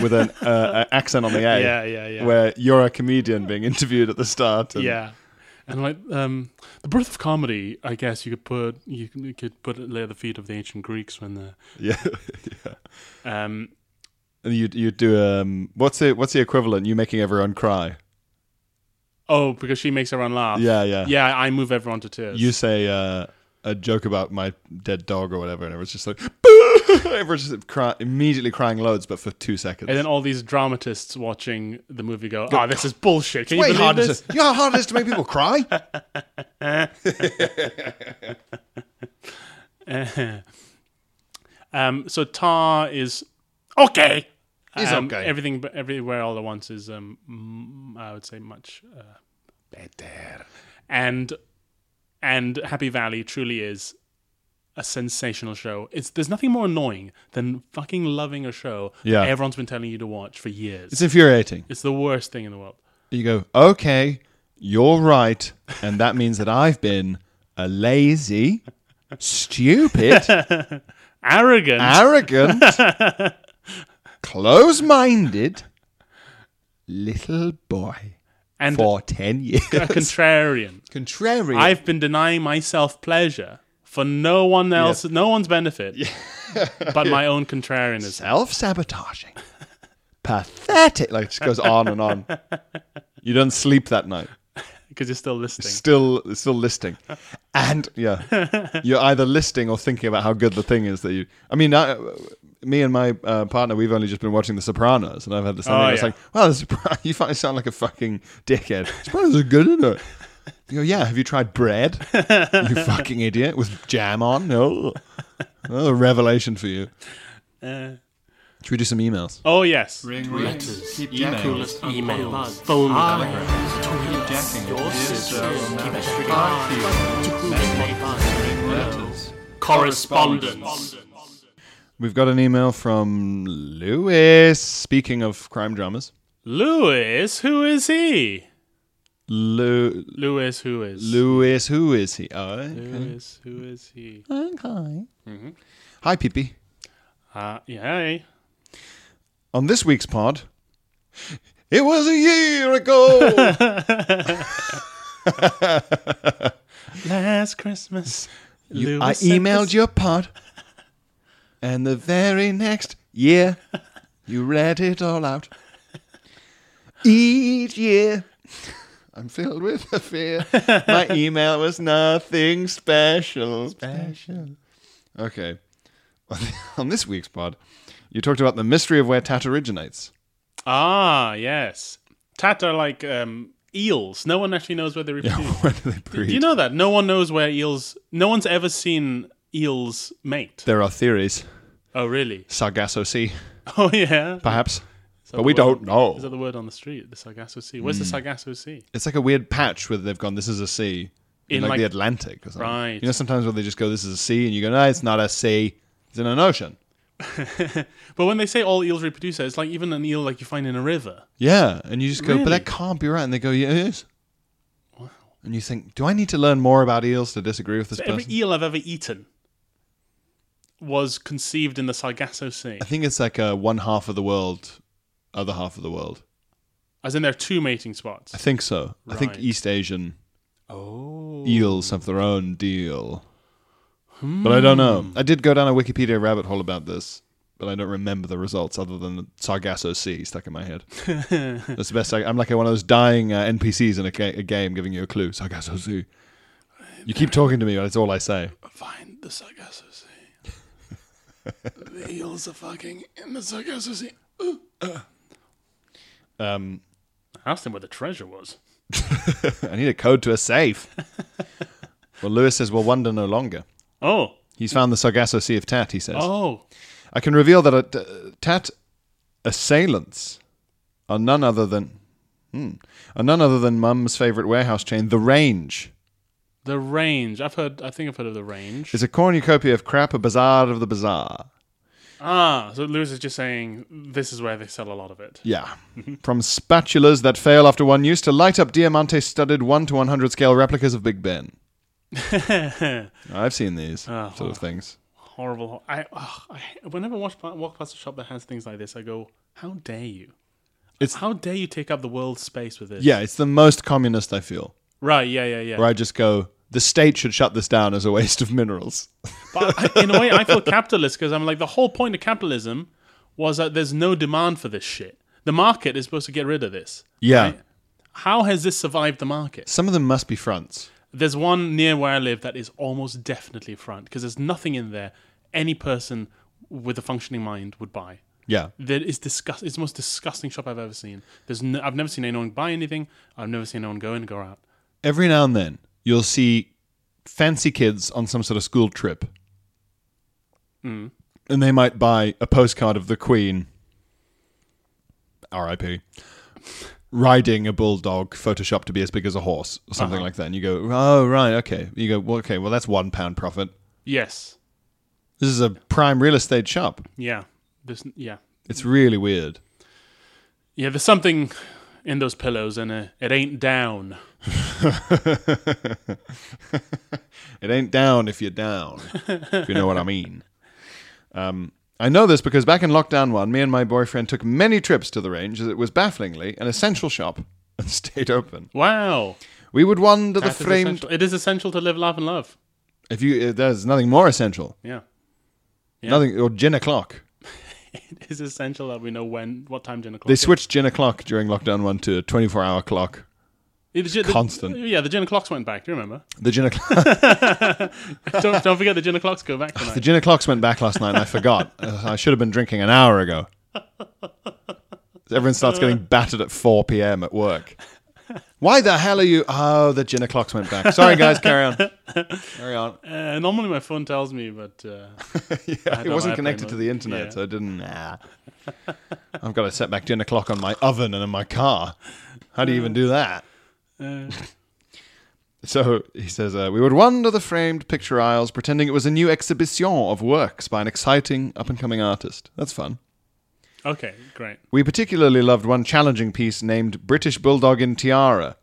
S1: with an uh, uh, accent on the A.
S2: Yeah, yeah, yeah.
S1: Where you're a comedian being interviewed at the start. And
S2: yeah. And like um, the birth of comedy, I guess you could put you could- you could put it at the feet of the ancient Greeks when the
S1: Yeah.
S2: um,
S1: And you you do um what's the what's the equivalent? You making everyone cry.
S2: oh because she makes everyone laugh.
S1: Yeah, yeah.
S2: yeah. I move everyone to tears.
S1: You say uh, a joke about my dead dog or whatever, and everyone's just like, "Boo!" everyone's just cry- immediately crying loads, but for two seconds.
S2: And then all these dramatists watching the movie go, "Oh, this is bullshit." Can you
S1: Way
S2: believe
S1: harder
S2: this?
S1: to, you know how hard it is to make people cry?
S2: Um, so Tar is okay.
S1: Is
S2: um,
S1: okay.
S2: Everything, but everywhere, all at once is, um, mm, I would say, much uh, better. And and Happy Valley truly is a sensational show. It's there's nothing more annoying than fucking loving a show
S1: Yeah.
S2: that everyone's been telling you to watch for years.
S1: It's infuriating.
S2: it's the worst thing in the world.
S1: You go, okay, you're right, and that means that I've been a lazy, stupid,
S2: Arrogant.
S1: arrogant, close-minded little boy
S2: And-
S1: for ten years.
S2: a contrarian.
S1: Contrary.
S2: I've been denying myself pleasure for no one else, no one's benefit, but my own contrarianism.
S1: self sabotaging. Pathetic. Like, it just goes on and on. You don't sleep that night.
S2: Because you're still listening.
S1: Still, still listing, and yeah, you're either listing or thinking about how good the thing is that you. I mean, I, me and my uh, partner, we've only just been watching The Sopranos, and I've had this. thing
S2: Oh,
S1: where It's
S2: yeah.
S1: like, well, the Sopran- you fucking sound like a fucking dickhead. Sopranos are good, isn't it? You go, yeah. Have you tried bread? you fucking idiot with jam on. No, oh, revelation for you.
S2: Uh.
S1: Should we do some emails?
S2: oh, yes. Correspondence.
S1: We've got an email from Lewis. Speaking of crime dramas,
S2: Lewis, who is he?
S1: Lu-
S2: Lewis, who is?
S1: Lewis, who is he? Oh,
S2: Lewis, who is he?
S1: Hi, Pippi.
S2: Uh, yeah.
S1: On this week's pod, it was a year ago.
S2: Last Christmas.
S1: You-
S2: Lewis
S1: I
S2: sent
S1: emailed
S2: us-
S1: your pod, and the very next year, you read it all out. Each year, I'm filled with a fear. My email was nothing special. Special. Okay. On this week's pod, you talked about the mystery of where tat originates.
S2: Ah, yes. Tat are like um, eels. No one actually knows where they reproduce.
S1: where do they breed?
S2: Do you know that no one knows where eels? No one's ever seen eels mate.
S1: There are theories.
S2: oh, really?
S1: Sargasso Sea,
S2: Oh, yeah.
S1: perhaps.
S2: Is
S1: But
S2: that the
S1: we
S2: word-
S1: don't know.
S2: Is that the word on the street? The Sargasso Sea. Where's
S1: Hmm.
S2: the Sargasso Sea?
S1: It's like a weird patch where they've gone, this is a sea. In,
S2: In,
S1: like,
S2: like-
S1: the Atlantic or something.
S2: Right.
S1: You know, sometimes where they just go, this is a sea, and you go, no, it's not a sea. It's in an ocean.
S2: But when they say all eels reproduce, it's like even an eel like you find in a river.
S1: Yeah. And you just go, but
S2: Really?
S1: that can't be right. And they go, yeah, it is. And you think, do I need to learn more about eels to disagree with this
S2: Every
S1: person?
S2: eel I've ever eaten was conceived in the Sargasso Sea.
S1: I think it's like uh, one half of the world, other half of the world.
S2: As in, there are two mating
S1: I
S2: spots.
S1: think so. I think
S2: Right. Oh.
S1: East Asian eels have their own deal. But I don't know.
S2: Hmm.
S1: I did go down a Wikipedia rabbit hole about this, but I don't remember the results other than the Sargasso Sea stuck in my head. That's the best. I, I'm like one of those dying uh, NPCs in a, ga- a game giving you a clue. Sargasso Sea. You keep talking to me, but it's all I say.
S2: Find the Sargasso Sea. the eels are fucking in the sargasso
S1: Um,
S2: Asked him where the treasure was.
S1: I need a code to a safe. well, Lewis says, we'll wonder no longer.
S2: Oh,
S1: He's found the Sargasso Sea of Tat, he says.
S2: oh,
S1: I can reveal that uh, t- Tat assailants are none other than hmm, are none other than Mum's favorite warehouse chain, The Range.
S2: the range. I've heard. I think I've heard of the range.
S1: It's a cornucopia of crap, a bazaar of the bazaar.
S2: ah, so Lewis is just saying this is where they sell a lot of it.
S1: Yeah. From spatulas that fail after one use to light up diamante studded 1 to 100 scale replicas of Big Ben. I've seen these sort of things.
S2: Horrible. I, ugh, I whenever I watch, walk past a shop that has things like this, I go, "How dare you?
S1: It's-
S2: how dare you take up the world's space with this?"
S1: Yeah, it's the most communist I feel.
S2: Right. Yeah. Yeah. Yeah.
S1: Where I just go, the state should shut this down as a waste of minerals.
S2: But I- in a way, I feel capitalist because I'm like the whole point of capitalism was that there's no demand for this shit. The market is supposed to get rid of this.
S1: Yeah.
S2: How has this survived the market?
S1: Some of them must be fronts.
S2: There's one near where I live that is almost definitely front because there's nothing in there any person with a functioning mind would buy.
S1: Yeah.
S2: That is disgust. It's the most disgusting shop I've ever seen. There's no, I've never seen anyone buy anything. I've never seen anyone go in and go out.
S1: Every now and then, you'll see fancy kids on some sort of school trip. And they might buy a postcard of the Queen, RIP, riding a bulldog, photoshopped to be as big as a horse, or something like that. And you go, oh, right, okay. You go, well, okay, well, that's one pound profit.
S2: Yes.
S1: This is a prime real estate shop.
S2: Yeah. This. Yeah.
S1: It's really weird.
S2: Yeah. There's something in those pillows, and uh, it ain't down.
S1: It ain't down if you're down, if you know what I mean. Um, I know this because back in lockdown one, me and my boyfriend took many trips to the range as it was bafflingly an essential shop and stayed open.
S2: Wow.
S1: We would wander
S2: That is
S1: the framed.
S2: essential. It is essential to live, laugh, and love.
S1: If you, if there's nothing more essential,
S2: Yeah.
S1: nothing or gin o'clock.
S2: It is essential that we know when, what time gin o'clock.
S1: They
S2: is.
S1: switched gin o'clock during lockdown one to a 24 hour clock.
S2: Yeah, the gin- the-
S1: constant.
S2: yeah, the gin o'clocks went back. Do you remember?
S1: The gin o'clock,
S2: don't, don't forget the gin o'clocks go back tonight.
S1: the gin o'clocks went back last night, and I forgot. Uh, I should have been drinking an hour ago. Everyone starts getting battered at 4 p.m. at work. Why the hell are you? Oh, the gin o'clocks went back. Sorry, guys, carry on. Carry on.
S2: Uh, normally my phone tells me, but uh,
S1: Yeah, it
S2: know,
S1: wasn't
S2: I
S1: connected
S2: blame
S1: to
S2: them.
S1: the internet,
S2: Yeah.
S1: so I didn't. Nah. I've got to set back gin o'clock on my oven and in my car. How do you even do that? So he says, uh, We would wander the framed picture aisles pretending it was a new exhibition of works by an exciting up and coming artist. That's fun.
S2: okay, great.
S1: We particularly loved one challenging piece named British Bulldog in Tiara,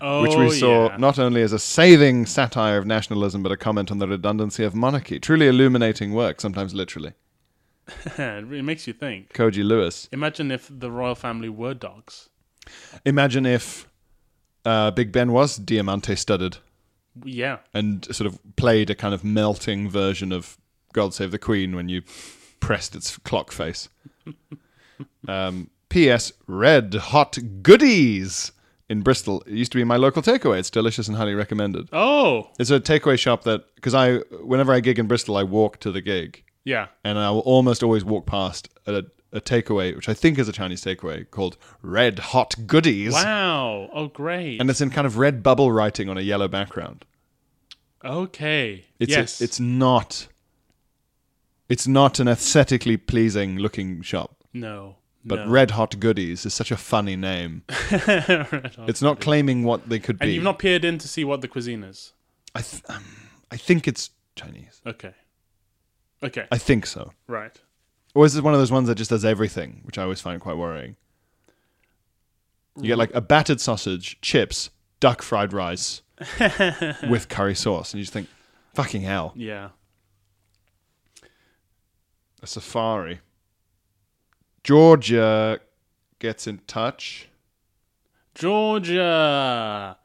S2: Oh,
S1: which we saw
S2: yeah.
S1: not only as a scathing satire of nationalism but a comment on the redundancy of monarchy. Truly illuminating work, sometimes literally.
S2: it really makes you think.
S1: Koji Lewis.
S2: Imagine if the royal family were dogs.
S1: Imagine if uh, Big Ben was diamante studded
S2: Yeah,
S1: and sort of played a kind of melting version of God Save the Queen when you pressed its clock face. Um, P.S. Red Hot Goodies in Bristol. It used to be my local takeaway. It's delicious and highly recommended.
S2: Oh,
S1: It's a takeaway shop that because I whenever I gig in Bristol, I walk to the gig,
S2: yeah.
S1: and I will almost always walk past a, a takeaway, which I think is a Chinese takeaway called Red Hot Goodies,
S2: Wow. Oh, great.
S1: and it's in kind of red bubble writing on a yellow background.
S2: okay.
S1: It's
S2: yes.
S1: it's not. It's not an aesthetically pleasing looking shop,
S2: no.
S1: but
S2: no.
S1: Red Hot Goodies is such a funny name.
S2: Red hot.
S1: It's not claiming what they could
S2: and
S1: be.
S2: you've not peered in to see what the cuisine is.
S1: I, th- um, I think it's Chinese.
S2: Okay. Okay.
S1: I think so.
S2: right.
S1: Or is this one of those ones that just does everything, which I always find quite worrying? You get like a battered sausage, chips, duck fried rice with curry sauce, and you just think, fucking hell,
S2: Yeah.
S1: a safari. Georgia gets in touch.
S2: Georgia.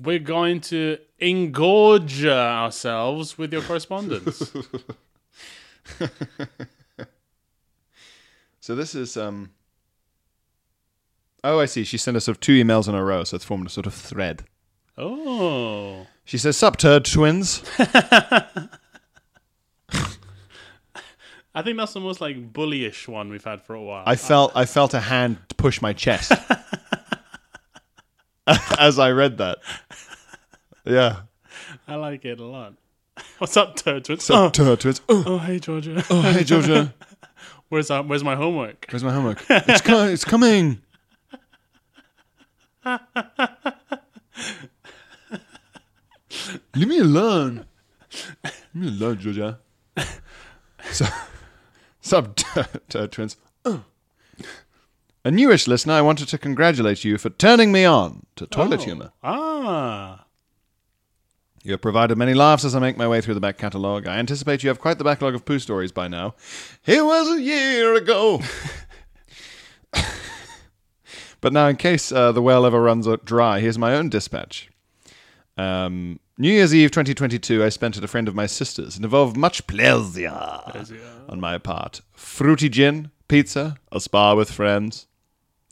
S2: We're going to engorge ourselves with your correspondence.
S1: So this is um. Oh, I see. She sent us sort of two emails in a row, so it's formed a sort of thread.
S2: oh.
S1: She says, "Sup, turd twins."
S2: I think that's the most like bullyish one we've had for a while.
S1: I felt I felt a hand push my chest as I read that. Yeah.
S2: I like it a lot. What's up, Turtwits?
S1: So
S2: oh,
S1: turtles. Oh,
S2: oh, hey, Georgia.
S1: hey Georgia,
S2: Where's that? Where's my homework?
S1: where's my homework? It's co- it's coming. Leave me alone. Leave me alone, Georgia. So, sub turtles. Oh. A newish listener, I wanted to congratulate you for turning me on to toilet humor.
S2: Ah,
S1: You have provided many laughs as I make my way through the back catalogue. I anticipate you have quite the backlog of poo stories by now. It was a year ago. but now, in case uh, the well ever runs out dry, here's my own dispatch. Um, New Year's Eve 2022, I spent at a friend of my sister's. It involved much pleasure, on my part. Fruity gin, pizza, a spa with friends.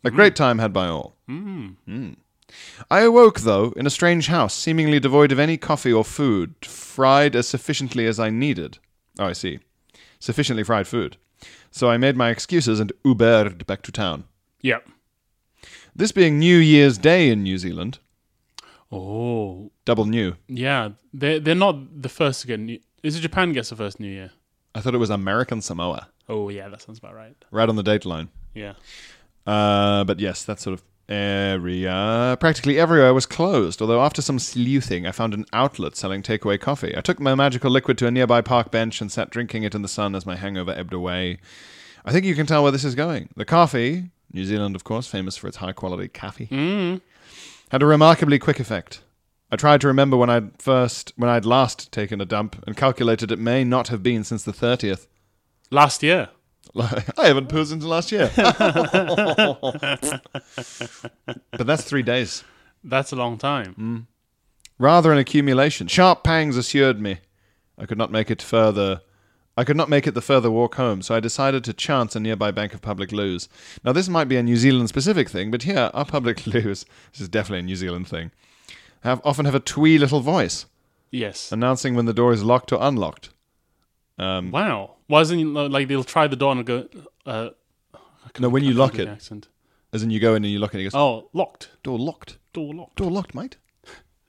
S1: A great time had by all. I awoke, though, in a strange house, seemingly devoid of any coffee or food, fried as sufficiently as I needed. Oh, I see. Sufficiently fried food. So I made my excuses and Ubered back to town.
S2: yep.
S1: This being New Year's Day in New Zealand,
S2: Oh,
S1: double new.
S2: yeah. They they're not the first to get new. Is it Japan gets the first New Year?
S1: I thought it was American Samoa,
S2: Oh, yeah. That sounds about right.
S1: right on the date line.
S2: Yeah.
S1: Uh, but yes, that sort of area. Practically everywhere was closed, although after some sleuthing, I found an outlet selling takeaway coffee. I took my magical liquid to a nearby park bench and sat drinking it in the sun as my hangover ebbed away. I think you can tell where this is going. The coffee, New Zealand, of course, famous for its high quality coffee, had a remarkably quick effect. I tried to remember when I'd first, when I'd last taken a dump, and calculated it may not have been since the 30th.
S2: Last year.
S1: Like, I haven't pooed since last year. but that's three days.
S2: That's a long time.
S1: Rather an accumulation. Sharp pangs assured me. I could not make it further. I could not make it the further walk home, so I decided to chance a nearby bank of public loos. Now, this might be a New Zealand specific thing, but here, our public loos, this is definitely a New Zealand thing, have, often have a twee little voice
S2: Yes.
S1: announcing when the door is locked or unlocked.
S2: um, wow. Why doesn't it look like they'll try the door and go? Uh,
S1: No, when you lock
S2: do
S1: it,
S2: the Accent.
S1: as in you go in and you lock it, it goes,
S2: Oh, locked.
S1: door locked.
S2: Door locked.
S1: Door locked, mate.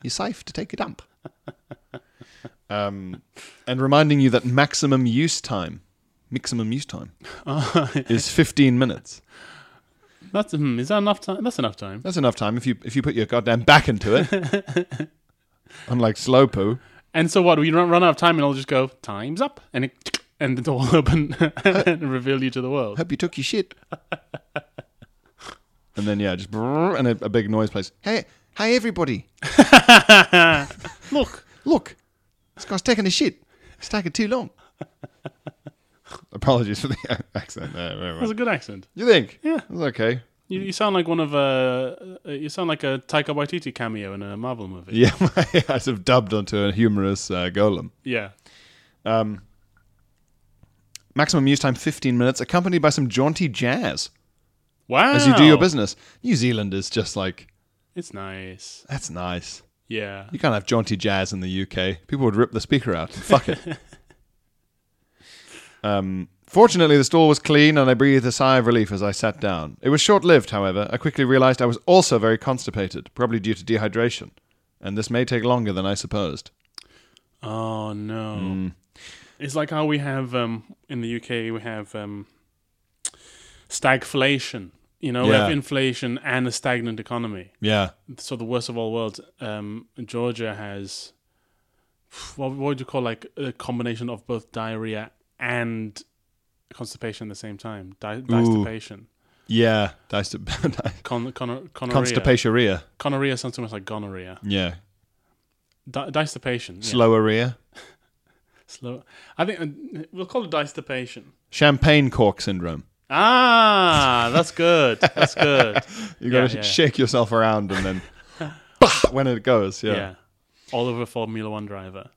S1: You're safe to take a dump. um, and reminding you that maximum use time, maximum use time, is 15 minutes.
S2: That's hmm, is that enough time? That's enough time.
S1: That's enough time if you if you put your goddamn back into it. Unlike slow poo.
S2: And so what? We run, run out of time, and I'll just go. Time's up, and it, and the door will open and reveal you to the world.
S1: Hope you took your shit. and then yeah, just brrr, and a, a big noise plays. Hey, hey, everybody!
S2: Look,
S1: Look, this guy's taking a shit. It's taking too long. Apologies for the accent. there. Very well.
S2: that's a good accent.
S1: You think?
S2: Yeah.
S1: It's okay.
S2: You, you sound like one of uh, uh, you sound like a Taika Waititi cameo in a Marvel movie.
S1: Yeah, I sort of dubbed onto a humorous uh, golem.
S2: Yeah.
S1: Maximum use time 15 minutes, accompanied by some jaunty jazz
S2: Wow.
S1: as you do your business. New Zealand is just like,
S2: It's nice.
S1: that's nice.
S2: Yeah.
S1: You can't have jaunty jazz in the UK. People would rip the speaker out. Fuck it. um, fortunately, the stall was clean and I breathed a sigh of relief as I sat down. It was short lived, however. I quickly realized I was also very constipated, probably due to dehydration. And this may take longer than I supposed.
S2: Oh no.
S1: Hmm.
S2: It's like how we have um, in the UK we have um, stagflation. You know, we
S1: Yeah.
S2: have inflation and a stagnant economy.
S1: Yeah.
S2: so the worst of all worlds. Um, Georgia has what, what would you call like a combination of both diarrhea and constipation at the same time? Di- constipation,
S1: Yeah. That's the-
S2: con- con- conorrhea.
S1: Constipatoria.
S2: Conorrhea sounds too much like gonorrhea.
S1: Yeah.
S2: Di- distipation. yeah.
S1: Sloweria.
S2: Slow. I think uh, we'll call it distipation.
S1: Champagne cork syndrome.
S2: Ah, that's good. That's good.
S1: You gotta
S2: Yeah, yeah.
S1: shake yourself around and then bah, when it goes, yeah.
S2: yeah. All over Formula One driver.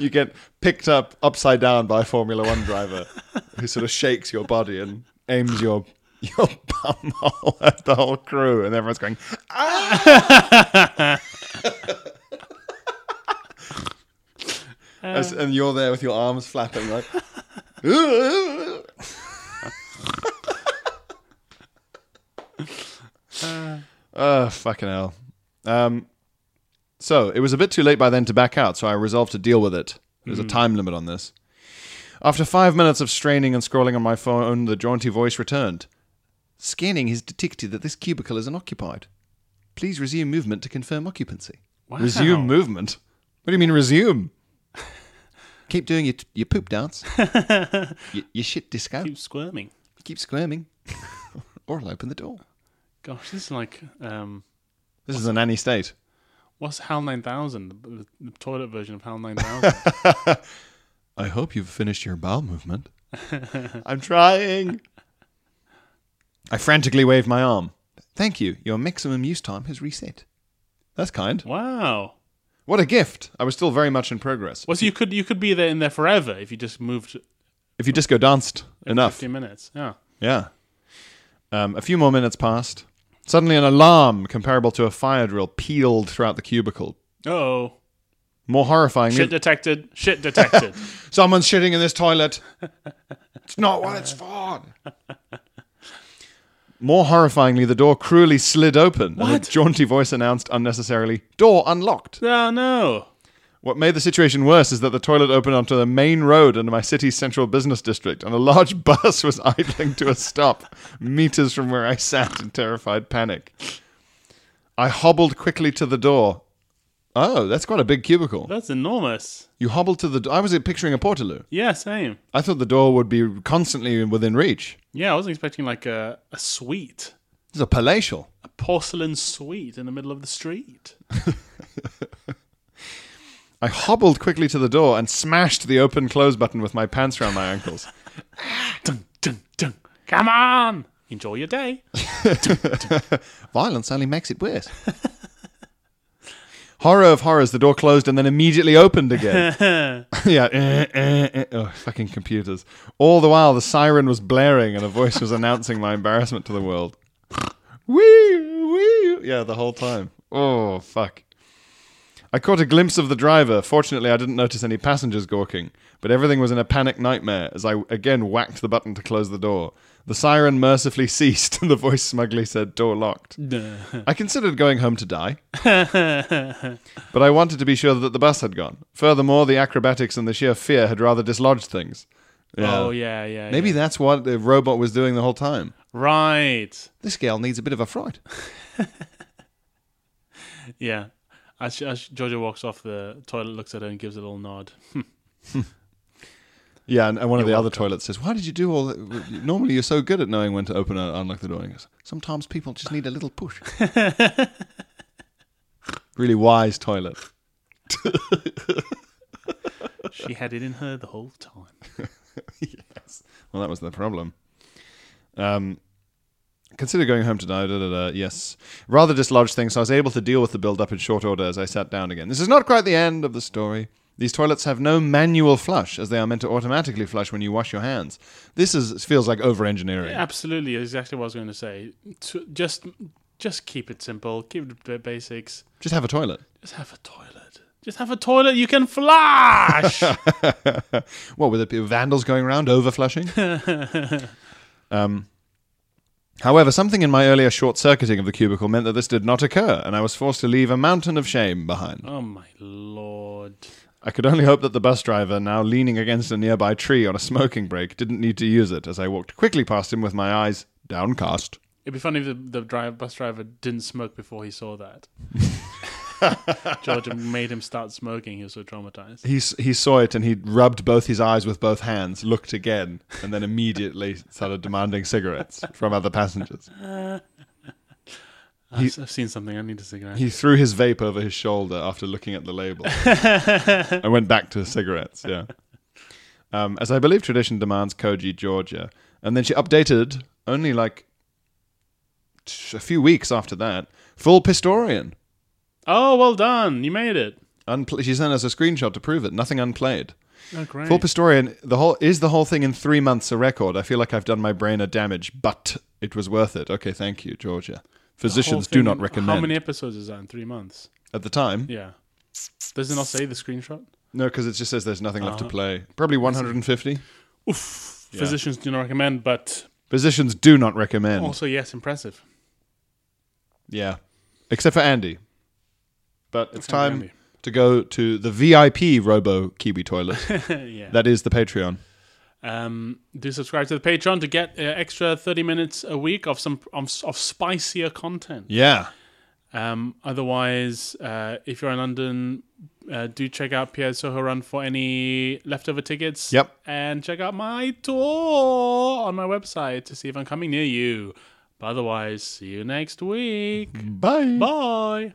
S1: You get picked up upside down by a Formula One driver who sort of shakes your body and aims your your bum hole at the whole crew and everyone's going, ah! As- and you're there with your arms flapping like "Ah!" uh, fucking hell. Um, so it was a bit too late by then to back out, so I resolved to deal with it. There's a time limit on this. After five minutes of straining and scrolling on my phone, the jaunty voice returned. Scanning has detected that this cubicle is unoccupied. Please resume movement to confirm occupancy. Resume movement? What do you mean resume? Keep doing your, your poop dance, your, your shit disco.
S2: Keep squirming.
S1: Keep squirming, or I'll open the door.
S2: Gosh, this is like um,
S1: This is an Annie state.
S2: what's HAL 9000, the, the toilet version of HAL 9000.
S1: I hope you've finished your bowel movement. I'm trying. I frantically wave my arm. Thank you. Your maximum use time has reset. That's kind.
S2: wow.
S1: What a gift. I was still very much in progress.
S2: Well, so you could you could be there in there forever if you just moved
S1: If you disco danced
S2: every
S1: enough.
S2: 15 minutes. Yeah.
S1: Yeah. Um, a few more minutes passed. Suddenly, an alarm comparable to a fire drill pealed throughout the cubicle.
S2: Oh,
S1: More horrifying.
S2: shit detected. Shit detected.
S1: Someone's shitting in this toilet. It's not what it's for. More horrifyingly, the door cruelly slid open. And
S2: What?
S1: a jaunty voice announced unnecessarily, door unlocked.
S2: oh no.
S1: What made the situation worse is that the toilet opened onto the main road under my city's central business district, and a large bus was idling to a stop, meters from where I sat in terrified panic. I hobbled quickly to the door. Oh, that's quite a big cubicle.
S2: That's enormous.
S1: You hobbled to the door. I was picturing a portaloo.
S2: Yeah, same.
S1: I thought the door would be constantly within reach.
S2: Yeah, I wasn't expecting like a, a suite,
S1: It's a palatial.
S2: a porcelain suite in the middle of the street.
S1: I hobbled quickly to the door and smashed the open close button with my pants around my ankles.
S2: Dun, dun, dun. Come on. Enjoy your day.
S1: Violence only makes it worse. Horror of horrors, the door closed and then immediately opened again. yeah, eh, eh, eh. oh, fucking computers. All the while, the siren was blaring and a voice was announcing my embarrassment to the world. wee, wee. Yeah, the whole time. Oh, fuck. I caught a glimpse of the driver. Fortunately, I didn't notice any passengers gawking, but everything was in a panic nightmare as I again whacked the button to close the door. The siren mercifully ceased, and the voice smugly said, Door locked. I considered going home to die, but I wanted to be sure that the bus had gone. Furthermore, the acrobatics and the sheer fear had rather dislodged things.
S2: Oh yeah, yeah.
S1: Maybe
S2: yeah.
S1: that's what the robot was doing the whole time.
S2: right.
S1: This girl needs a bit of a fright.
S2: Yeah. As, she- as Georgia walks off the toilet, looks at her and gives a little nod.
S1: Yeah, and, and one of the other toilets says, "Why did you do all that? Normally, you're so good at knowing when to open and unlock the door." And he goes, "Sometimes people just need a little push." really wise toilet.
S2: She had it in her the whole time.
S1: yes. Well, that was the problem. Um, consider going home tonight. Da, da, da. Yes. Rather dislodged things, so I was able to deal with the build up in short order as I sat down again. This is not quite the end of the story. These toilets have no manual flush, as they are meant to automatically flush when you wash your hands. This is feels like over engineering.
S2: Absolutely, exactly what I was going to say. To- just, just keep it simple. Keep it the basics.
S1: Just have a toilet.
S2: Just have a toilet. Just have a toilet. You can flush.
S1: What would it be? Vandals going around overflushing? um, however, something in my earlier short circuiting of the cubicle meant that this did not occur, and I was forced to leave a mountain of shame behind.
S2: oh my lord.
S1: I could only hope that the bus driver, now leaning against a nearby tree on a smoking break, didn't need to use it as I walked quickly past him with my eyes downcast.
S2: It'd be funny if the, the drive, bus driver didn't smoke before he saw that. Georgia made him start smoking. He was so traumatized.
S1: He, s- he saw it and he rubbed both his eyes with both hands, looked again, and then immediately started demanding cigarettes from other passengers.
S2: I've, s- I've seen something. I need a cigarette.
S1: He threw his vape over his shoulder after looking at the label and went back to cigarettes. Yeah. Um, as I believe tradition demands, Koji, Georgia. And then she updated only like t- a few weeks after that. Full Pistorian.
S2: oh, well done. You made it.
S1: Unpl- she sent us a screenshot to prove it. Nothing unplayed.
S2: Oh, great.
S1: Full Pistorian. The whole is the whole thing in three months a record. I feel like I've done my brain a damage, but it was worth it. Okay, thank you, Georgia. Physicians
S2: Whole
S1: do
S2: thing-
S1: not recommend.
S2: How many episodes is that in three months?
S1: At the time,
S2: Yeah. Does it not say the screenshot?
S1: No, because it just says there's nothing left to play. Probably 150.
S2: Oof. Physicians do not recommend, but
S1: Physicians do not recommend.
S2: also yes, impressive.
S1: Yeah. Except for Andy. But it's time
S2: Andy.
S1: to go to the VIP Robo Kiwi toilet. That is the Patreon.
S2: Um, do subscribe to the Patreon to get uh, extra thirty minutes a week of some of, of spicier content.
S1: Yeah.
S2: Um, otherwise, uh, if you're in London, uh, do check out Pierre Soho Run for any leftover tickets.
S1: Yep.
S2: And check out my tour on my website to see if I'm coming near you. But otherwise, see you next week.
S1: Bye.
S2: Bye.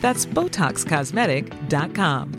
S3: That's BotoxCosmetic.com.